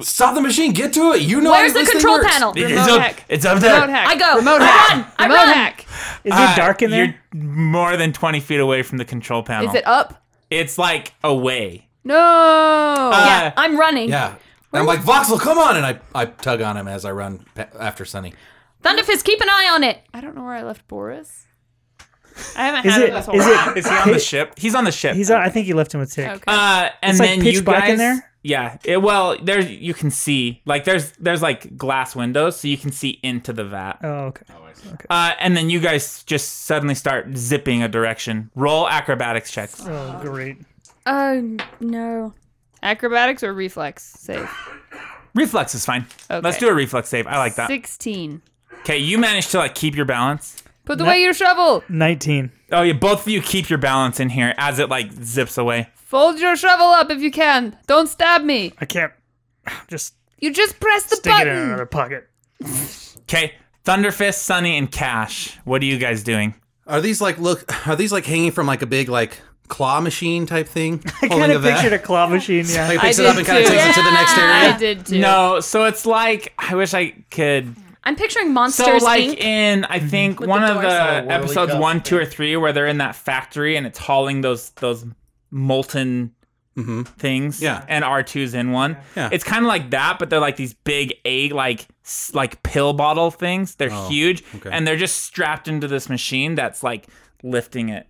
Stop the machine. Get to it. You know
Where's
how
the
this thing
control
works.
panel?
It's
Remote
up,
hack.
it's up
Remote
there.
hack.
I go.
Remote
I
hack.
run. I
Remote
run.
hack.
Is
Uh,
it dark in there?
You're more than 20 feet away from the control panel.
Is it up?
It's like away.
No.
Uh,
yeah, I'm running.
Yeah. And I'm like, Voxel, come on. And I, I tug on him as I run pa- after Sunny.
Thunderfist, keep an eye on it.
I don't know where I left Boris. I haven't
Is
had
it?
him this whole
Is
time.
it?
Is he on the ship? He's on the ship.
He's. uh, I think he left him with tick.
Okay.
Uh, and
It's, like,
then
pitch
you
black
guys,
in there?
Yeah. It, well, there's you can see like there's there's like glass windows, so you can see into the vat.
Oh, okay.
Uh, and then you guys just suddenly start zipping a direction. Roll acrobatics checks.
Oh, great.
Oh no.
Acrobatics or reflex save?
Reflex is fine. Let's
Okay.
do a reflex save. I like that.
Sixteen.
Okay, you managed to like keep your balance.
Put away your shovel.
Nineteen.
Oh, yeah, both of you keep your balance in here as it like zips away.
Fold your shovel up if you can. Don't stab me.
I can't. Just
You just press the
stick it in
button.
another pocket.
Okay, Thunderfist, Sunny, and Cash. What are you guys doing?
Are these like, look, are these like hanging from like a big like claw machine type thing?
I kind of pictured a claw machine. Yeah.
Like picks
I
it up
did
and kind of
too.
takes it to the next
I
area.
did too.
No, so it's like I wish I could.
I'm picturing
So
monsters.
like
Inc.
in I think one of
Oh,
the
whirly
episodes
cup
one, two, or three where they're in that factory and it's hauling those those molten things.
Mm-hmm. Yeah.
and R 2s in one.
Yeah.
it's kind of like that, but they're like these big egg like s- like pill bottle things. They're huge
Oh, okay.
and they're just strapped into this machine that's like lifting it.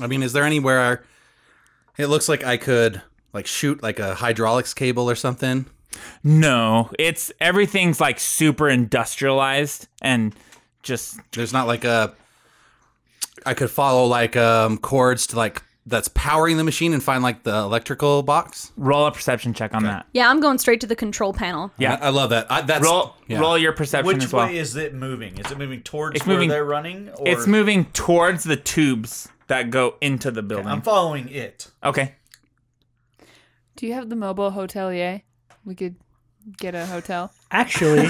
I mean, is there anywhere it looks like I could like shoot like a hydraulics cable or something?
No, it's everything's like super industrialized and just
There's not like a I could follow like um cords to like that's powering the machine and find like the electrical box.
roll a perception check on that.
yeah, I'm going straight to the control panel.
Yeah.
I, I love that. I, that's
Roll
yeah.
roll your perception
Which
as well.
way is it moving? Is it moving towards
It's
where
moving-
they're running? Or
it's moving towards the tubes that go into the building.
I'm following it.
okay.
Do you have the mobile hotelier? We could get a hotel.
Actually,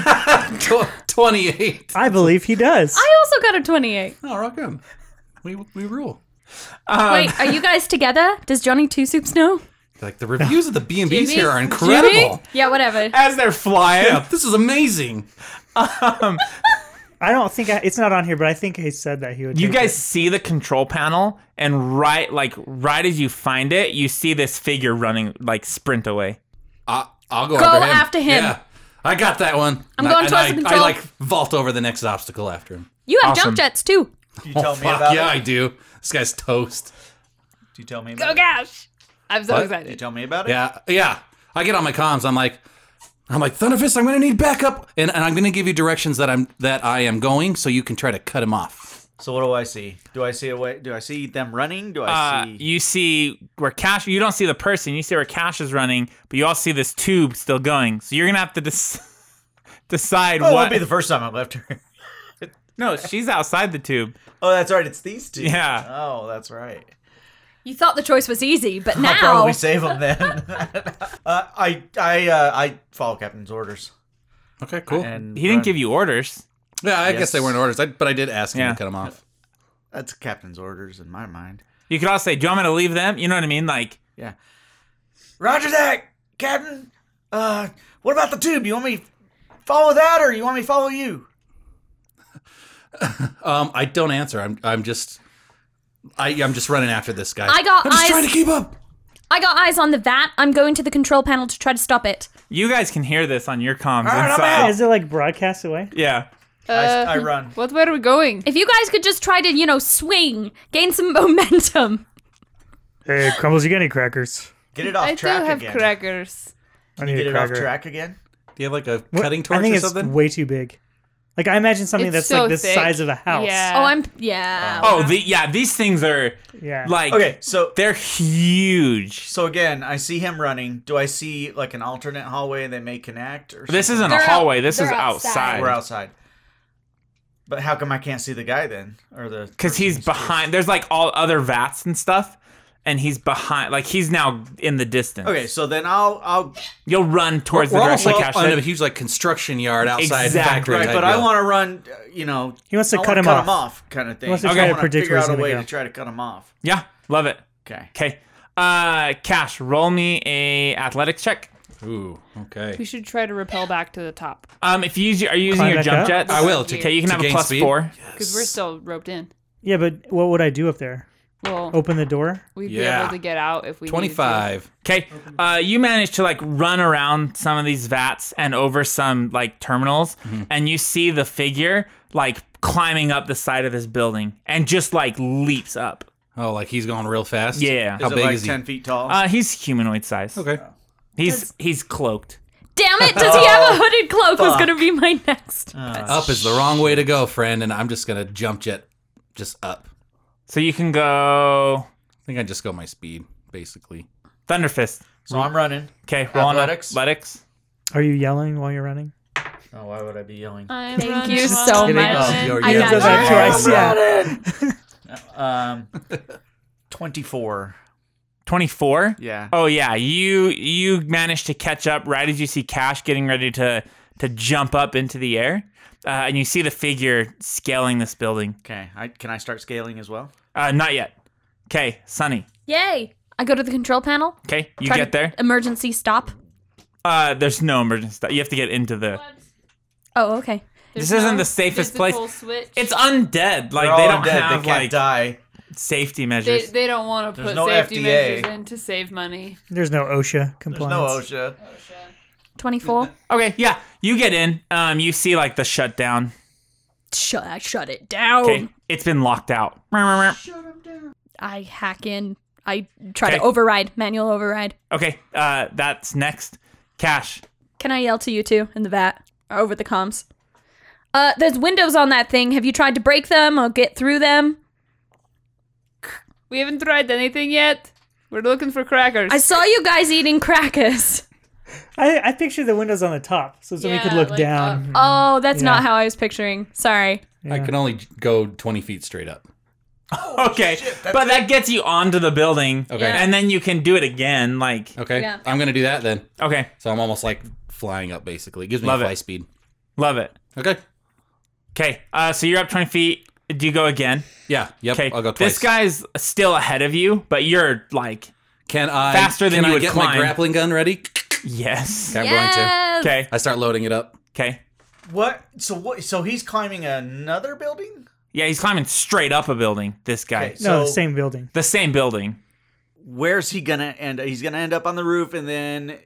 Tw- 28.
I believe he does.
I also got a 28.
Oh, rock 'em. We we rule. Um,
Wait, are you guys together? Does Johnny Two Soups know?
Like the reviews of the B&Bs here are incredible.
Jimmy?
Yeah, whatever.
As they're flying,
Yeah, this is amazing.
I don't think I, it's not on here, but I think he said that he would.
you
take
guys
it.
see the control panel and right like right as you find it, you see this figure running like sprint away.
I, I'll go,
Go
after
after
him.
him.
Yeah. I got that one.
I'm
And
going
I,
towards the
and I, I
control.
like vault over the next obstacle after him.
You have
Awesome.
jump jets too.
Do you tell me
Fuck
about
yeah, I
it?
do. This guy's toast.
Do you tell me about
Oh
it?
gosh, I'm so
What?
Do you
excited.
tell me about it?
Yeah, yeah. I get on my comms. I'm like, I'm like Thunderfist. I'm gonna need backup, and, and I'm gonna give you directions that I'm that I am going, so you can try to cut him off.
So what do I see? Do I see a way? Do I see them running? Do I
Uh,
see?
you see where Cash. You don't see the person. You see where Cash is running, but you also see this tube still going. So you're gonna have to dis- decide
Oh, it
what.
won't be the first time I've left her.
no, she's outside the tube.
Oh, that's right. It's these two.
Yeah.
Oh, that's right.
You thought the choice was easy, but now
I'll probably save them then. uh, I I uh, I follow Captain's orders.
Okay, cool.
And
He didn't give you orders.
yeah, I guess
Yes.
they weren't orders, I, but I did ask him
Yeah.
to cut them off.
That's Captain's orders in my mind.
You could also say, "Do you want me to leave them?" You know what I mean? Like,
Roger that, Captain. Uh, what about the tube? You want me to follow that, or you want me to follow you?
Um, I don't answer. I'm I'm just I I'm just running after this guy.
I got
I'm just
eyes-
trying to keep up.
I got eyes on the vat. I'm going to the control panel to try to stop it.
you guys can hear this on your comms
right, I'm
inside.
out.
Is it like broadcast away?
Yeah.
I, I run.
What way are we going?
Uh, If you guys could just try to, you know, swing, gain some momentum.
Hey, Crumbles, you got any crackers?
Get it off
I do
track
have
again.
crackers.
I
Get
need a
it off
cracker.
track again.
Do you have like a
What-
cutting torch
I think
or
it's
something?
way too big. Like I imagine something
It's
that's
so
like the
thick.
size of a house.
Yeah.
Oh, I'm yeah.
Oh, the, yeah. These things are
Yeah.
like
Okay, so
They're huge.
so again, I see him running. Do I see like an alternate hallway they may connect? Or
This
something?
isn't a
They're out-
hallway. This is
they're
outside.
outside.
We're outside. But how come I can't see the guy then, or the?
Because he's behind. There's like all other vats and stuff, and he's behind. Like he's now in the distance.
Okay, so then I'll I'll
You'll run towards
We're
the
almost
direction of
like
Cash.
on a
said.
huge like construction yard outside
Exactly.
factory.
right,
type
but I
deal.
want to run. uh, You know,
He wants to
I
cut
wanna
him
cut
off.
him off, kind of thing.
wants to
I
try to
wanna
predict
figure
where
out
he's
a
gonna
way
go.
to try to cut him off.
Yeah, love it.
Okay.
Okay. Uh, Cash, roll me a athletics check.
Ooh,
We
okay.
should try to rappel back to the top
Um, if you use, your- are you using
Climb
your
back
jump
up?
jets?
I will. To,
Okay, you can
to
have a
gain
plus
speed.
four.
because we're still roped in.
Yeah, but what would I do up there?
Well,
Open the door?
we'd be
Yeah.
able to get out if we needed to.
Twenty-five.
Okay. Uh, you manage to like run around some of these vats and over some like terminals,
Mm-hmm.
and you see the figure like climbing up the side of this building and just like leaps up.
Oh, like he's going real fast.
Yeah.
How
is
big
it like
is he?
ten feet tall?
Uh, he's humanoid size.
Okay.
He's he's cloaked.
Damn it! Does he
Oh,
have a hooded cloak? Was gonna be my next.
Uh.
up is the wrong way to go, friend, and I'm just gonna jump jet just up.
So you can go
I think I just go my speed, basically.
Thunder Fist.
so I'm running.
Okay, roll on
Athletics?
athletics.
Are you yelling while you're running?
Oh, why would I be yelling?
I'm
Thank
running
you
on
so
the
much.
island.
You're
I
yelling.
got
Does that twice? Yeah.
Um, twenty-four.
Twenty four.
Yeah.
Oh yeah, you you managed to catch up right as you see Cash getting ready to to jump up into the air, uh, and you see the figure scaling this building.
Okay. I, can I start scaling as well?
Uh, not yet. Okay, Sunny.
Yay! I go to the control panel.
Okay, you
try to
get there.
Emergency stop.
Uh, there's no emergency. Stop. You have to get into the.
Oh, okay.
This isn't the safest place.
Physical switch.
It's
They're
undead. Like they
all
don't
undead,
have
they can't
like
die.
safety
They,
measures.
they don't want to
There's
put
no
safety
FDA.
measures in to save money.
There's no OSHA
There's
compliance.
no OSHA.
Twenty-four.
okay, yeah, you get in. Um, you see like the shutdown.
Shut, I shut it down.
Okay, it's been locked out.
I hack in. I try to
Okay.
override manual override.
Okay, uh, that's next. Cash.
Can I yell to you two in the vat or over the comms? Uh, there's windows on that thing. Have you tried to break them or get through them?
We haven't tried anything yet. We're looking for crackers.
I saw you guys eating crackers.
I, I picture the windows on the top so, so we could
Yeah,
look
like
down.
Mm-hmm.
Oh, that's
Yeah.
not how I was picturing. Sorry.
I can only j- go 20 feet straight up.
Okay, but that gets you onto the building.
Okay. Yeah.
and then you can do it again. Like
Okay.
Yeah.
I'm going to do that then.
okay,
So I'm almost like flying up, basically. It gives me
Love it.
fly speed.
love it.
Okay.
Okay, uh, so you're up 20 feet. Do you go again?
Yeah. Yep.
Okay,
I'll go twice.
this guy's still ahead of you, but you're like
can I,
faster than
can
you
I
would
get my
climb.
grappling gun ready?
yes.
Okay, I'm going to.
Okay,
I start loading it up.
okay.
What? So what? So he's climbing another building?
Yeah, he's climbing straight up a building. This guy,
Okay, so
No, the same building.
the same building.
Where's he gonna end? He's gonna end up on the roof and then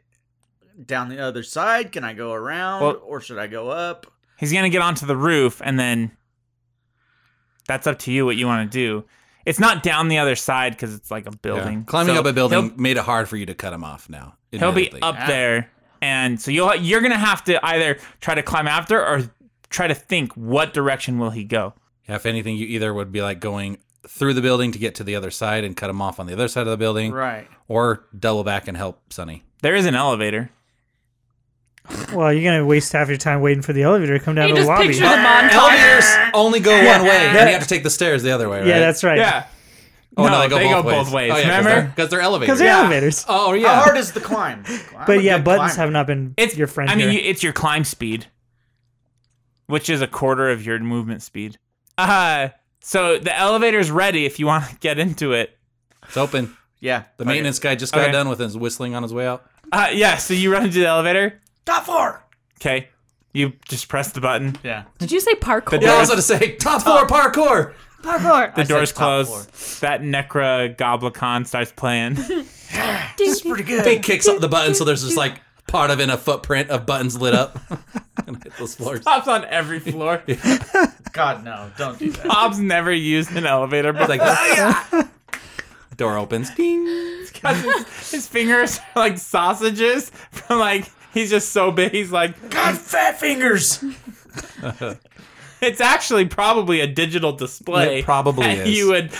down the other side. Can I go around
Well-
or should I go up?
He's gonna get onto the roof, and then that's up to you what you want to do. It's not down the other side because it's like a building.
Yeah. Climbing
So
up a building
he'll-
made it hard for you to cut him off now.
he'll be
admittedly.
up there and so you'll you're gonna have to either try to climb after or try to think what direction will he go
Yeah, if anything, you either would be like going through the building to get to the other side and cut him off on the other side of the building,
Right.
or double back and help Sonny.
there is an elevator
Well, you're gonna waste half your time waiting for the elevator to come down
You
to the
just
lobby.
picture the montage.
Uh, Elevators only go one way, and you have to take the stairs the other way, right?
yeah, that's right.
Yeah.
Oh, no,
No,
they go,
they
both,
go
ways.
both ways,
Oh, yeah,
remember?
Because they're, elevators.
because they're
Yeah.
elevators.
Oh, yeah.
How hard is the climb? I'm a
but yeah,
good
buttons
climber.
have not been
It's
your friend.
I mean,
here.
you, it's your climb speed, which is a quarter of your movement speed. Uh so the elevator's ready if you want to get into it.
It's open.
Yeah.
The maintenance guy just got
Okay.
done with his whistling on his way out.
Uh yeah, so you run into the elevator.
Top four.
Okay. You just press the button.
Yeah.
Did you say parkour?
Yeah, I was going to say top floor parkour.
The doors
top
close.
floor.
That Necra Goblicon starts playing.
This is pretty good.
He kicks up the button, so there's just like part of in a footprint of buttons lit up. and hit those floors.
Pops on every floor.
God no, don't do that.
Bob's never used an elevator,
It's
but
like, "Ah, yeah." Door opens. Ding.
his, his fingers are like sausages from like he's just so big. He's like
God, fat fingers.
it's actually probably a digital display.
It probably
that
is.
You would.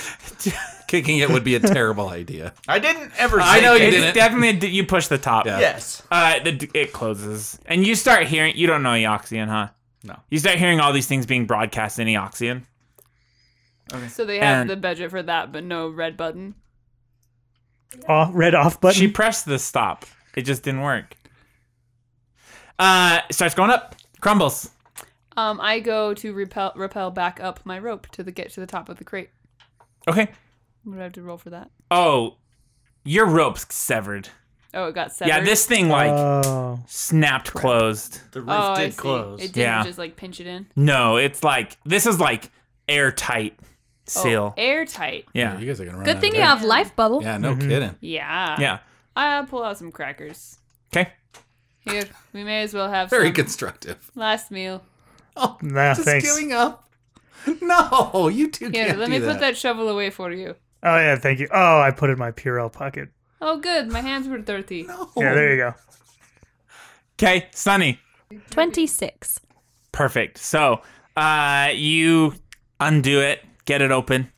Kicking it would be a terrible idea.
I didn't ever.
I
say
know you
that.
it's
didn't.
definitely a di- you push the top.
Yeah.
Yes.
Uh, the, it closes, and you start hearing. You don't know Eoxian, huh?
No.
You start hearing all these things being broadcast in Eoxian.
So they have
And-
the budget for that, but no red button.
Off- red off button.
She pressed the stop. It just didn't work. Uh, starts going up. Crumbles.
Um, I go to repel repel back up my rope to the get to the top of the crate.
Okay.
What do I have to roll for that?
Oh, your rope's severed.
Oh, it got severed.
Yeah, this thing like
oh,
snapped closed.
The roof
oh, I
did
see.
close.
It didn't
Yeah.
just like pinch it in.
No, it's like this is like airtight
Oh,
seal.
airtight.
yeah,
You guys are going to run out
Good
of
thing you
time.
have life bubble.
Yeah, no kidding.
Yeah.
yeah.
I pull out some crackers.
Okay.
Here, we may as well have
Very
some
constructive. Oh,
last meal.
nah,
Just
thanks.
giving up. No, you two
Here,
can't
let me
do
put that shovel away for you.
Oh yeah, thank you. Oh, I put it in my Purell pocket.
Oh, good. My hands were dirty.
Yeah, there you go.
Okay, Sunny.
26.
Perfect. So, uh, you undo it, get it open.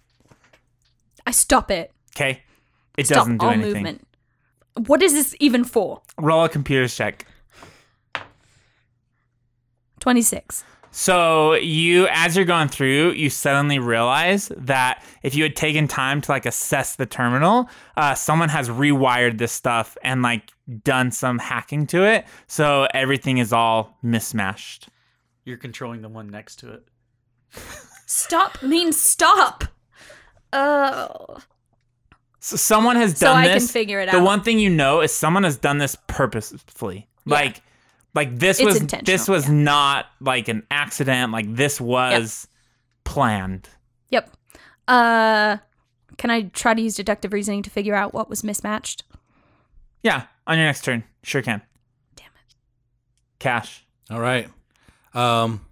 I stop it.
Okay. It
Stop
doesn't do
all
anything.
movement. What is this even for?
Roll a computer's check.
26.
So you, as you're going through, you suddenly realize that if you had taken time to like assess the terminal, uh, someone has rewired this stuff and like done some hacking to it. So everything is all mismatched.
You're controlling the one next to it.
Stop means stop. Oh.
So someone has
So
done
I
this.
can figure it
The
out.
one thing you know is someone has done this purposefully. Like, like this
It's
was
intentional,
this was not like an accident. Like this was planned.
Yep. Uh can I try to use deductive reasoning to figure out what was mismatched?
Yeah, on your next turn, sure can.
Damn
it, Cash.
All right. Um,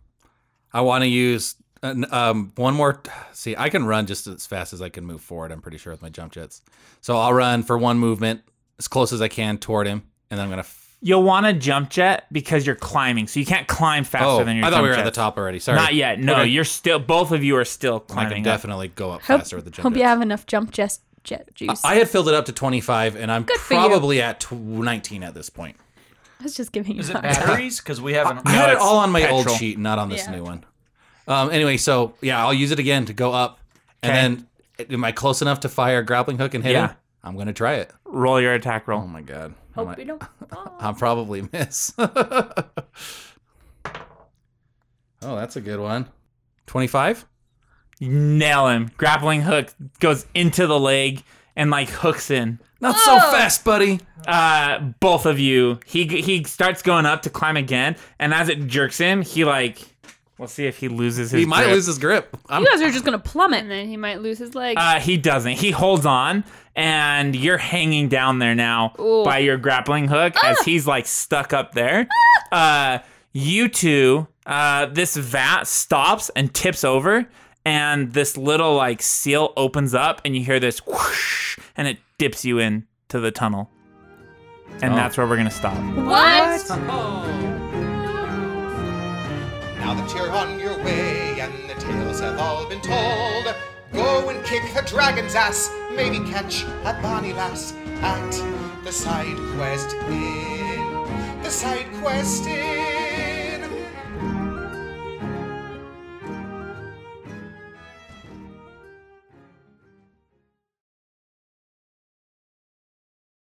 I want to use an, um, one more. See, I can run just as fast as I can move forward. I'm pretty sure with my jump jets. So I'll run for one movement as close as I can toward him, and then I'm gonna. F-
You'll want to jump jet because you're climbing, so you can't climb faster
oh,
than your.
I thought
jump
we were at
jets.
the top already. Sorry,
Not yet. No,
Okay.
you're still. Both of you are still
I can
climbing. up.
definitely go up
Hope,
faster with the jump
hope you
jets.
have enough jump jet, jet juice.
I had filled it up to 25, and I'm
for you.
probably at tw- 19 at this point.
I was just giving you
Is it
time.
batteries? Because we haven't.
I had it
it's
all on my old
petrol.
sheet, not on this new one. Um, anyway, so yeah, I'll use it again to go up, and then am I close enough to fire a grappling hook and hit
Yeah.
him? I'm gonna try it.
Roll your attack
Oh
roll.
my god, I
Hope
might-
you don't.
I'll probably miss. oh, that's a good one. Twenty-five.
You nail him. Grappling hook goes into the leg and like hooks in.
Not so fast, buddy.
Uh, both of you. He he starts going up to climb again, and as it jerks him, he like. We'll see if he loses his.
he might
grip.
lose his grip. I'm,
You guys are just gonna
And
plummet.
then he might lose his leg.
Uh, he doesn't. He holds on, and you're hanging down there now
Ooh.
by your grappling hook as he's like stuck up there. Uh, you two, uh, this vat stops and tips over, and this little like seal opens up, and you hear this whoosh, and it dips you in to the tunnel. And
Oh.
that's where we're gonna stop.
What?
Now that you're on your way and the tales have all been told, go and kick the dragon's ass, maybe catch a bonny lass at the side quest inn. the side questing.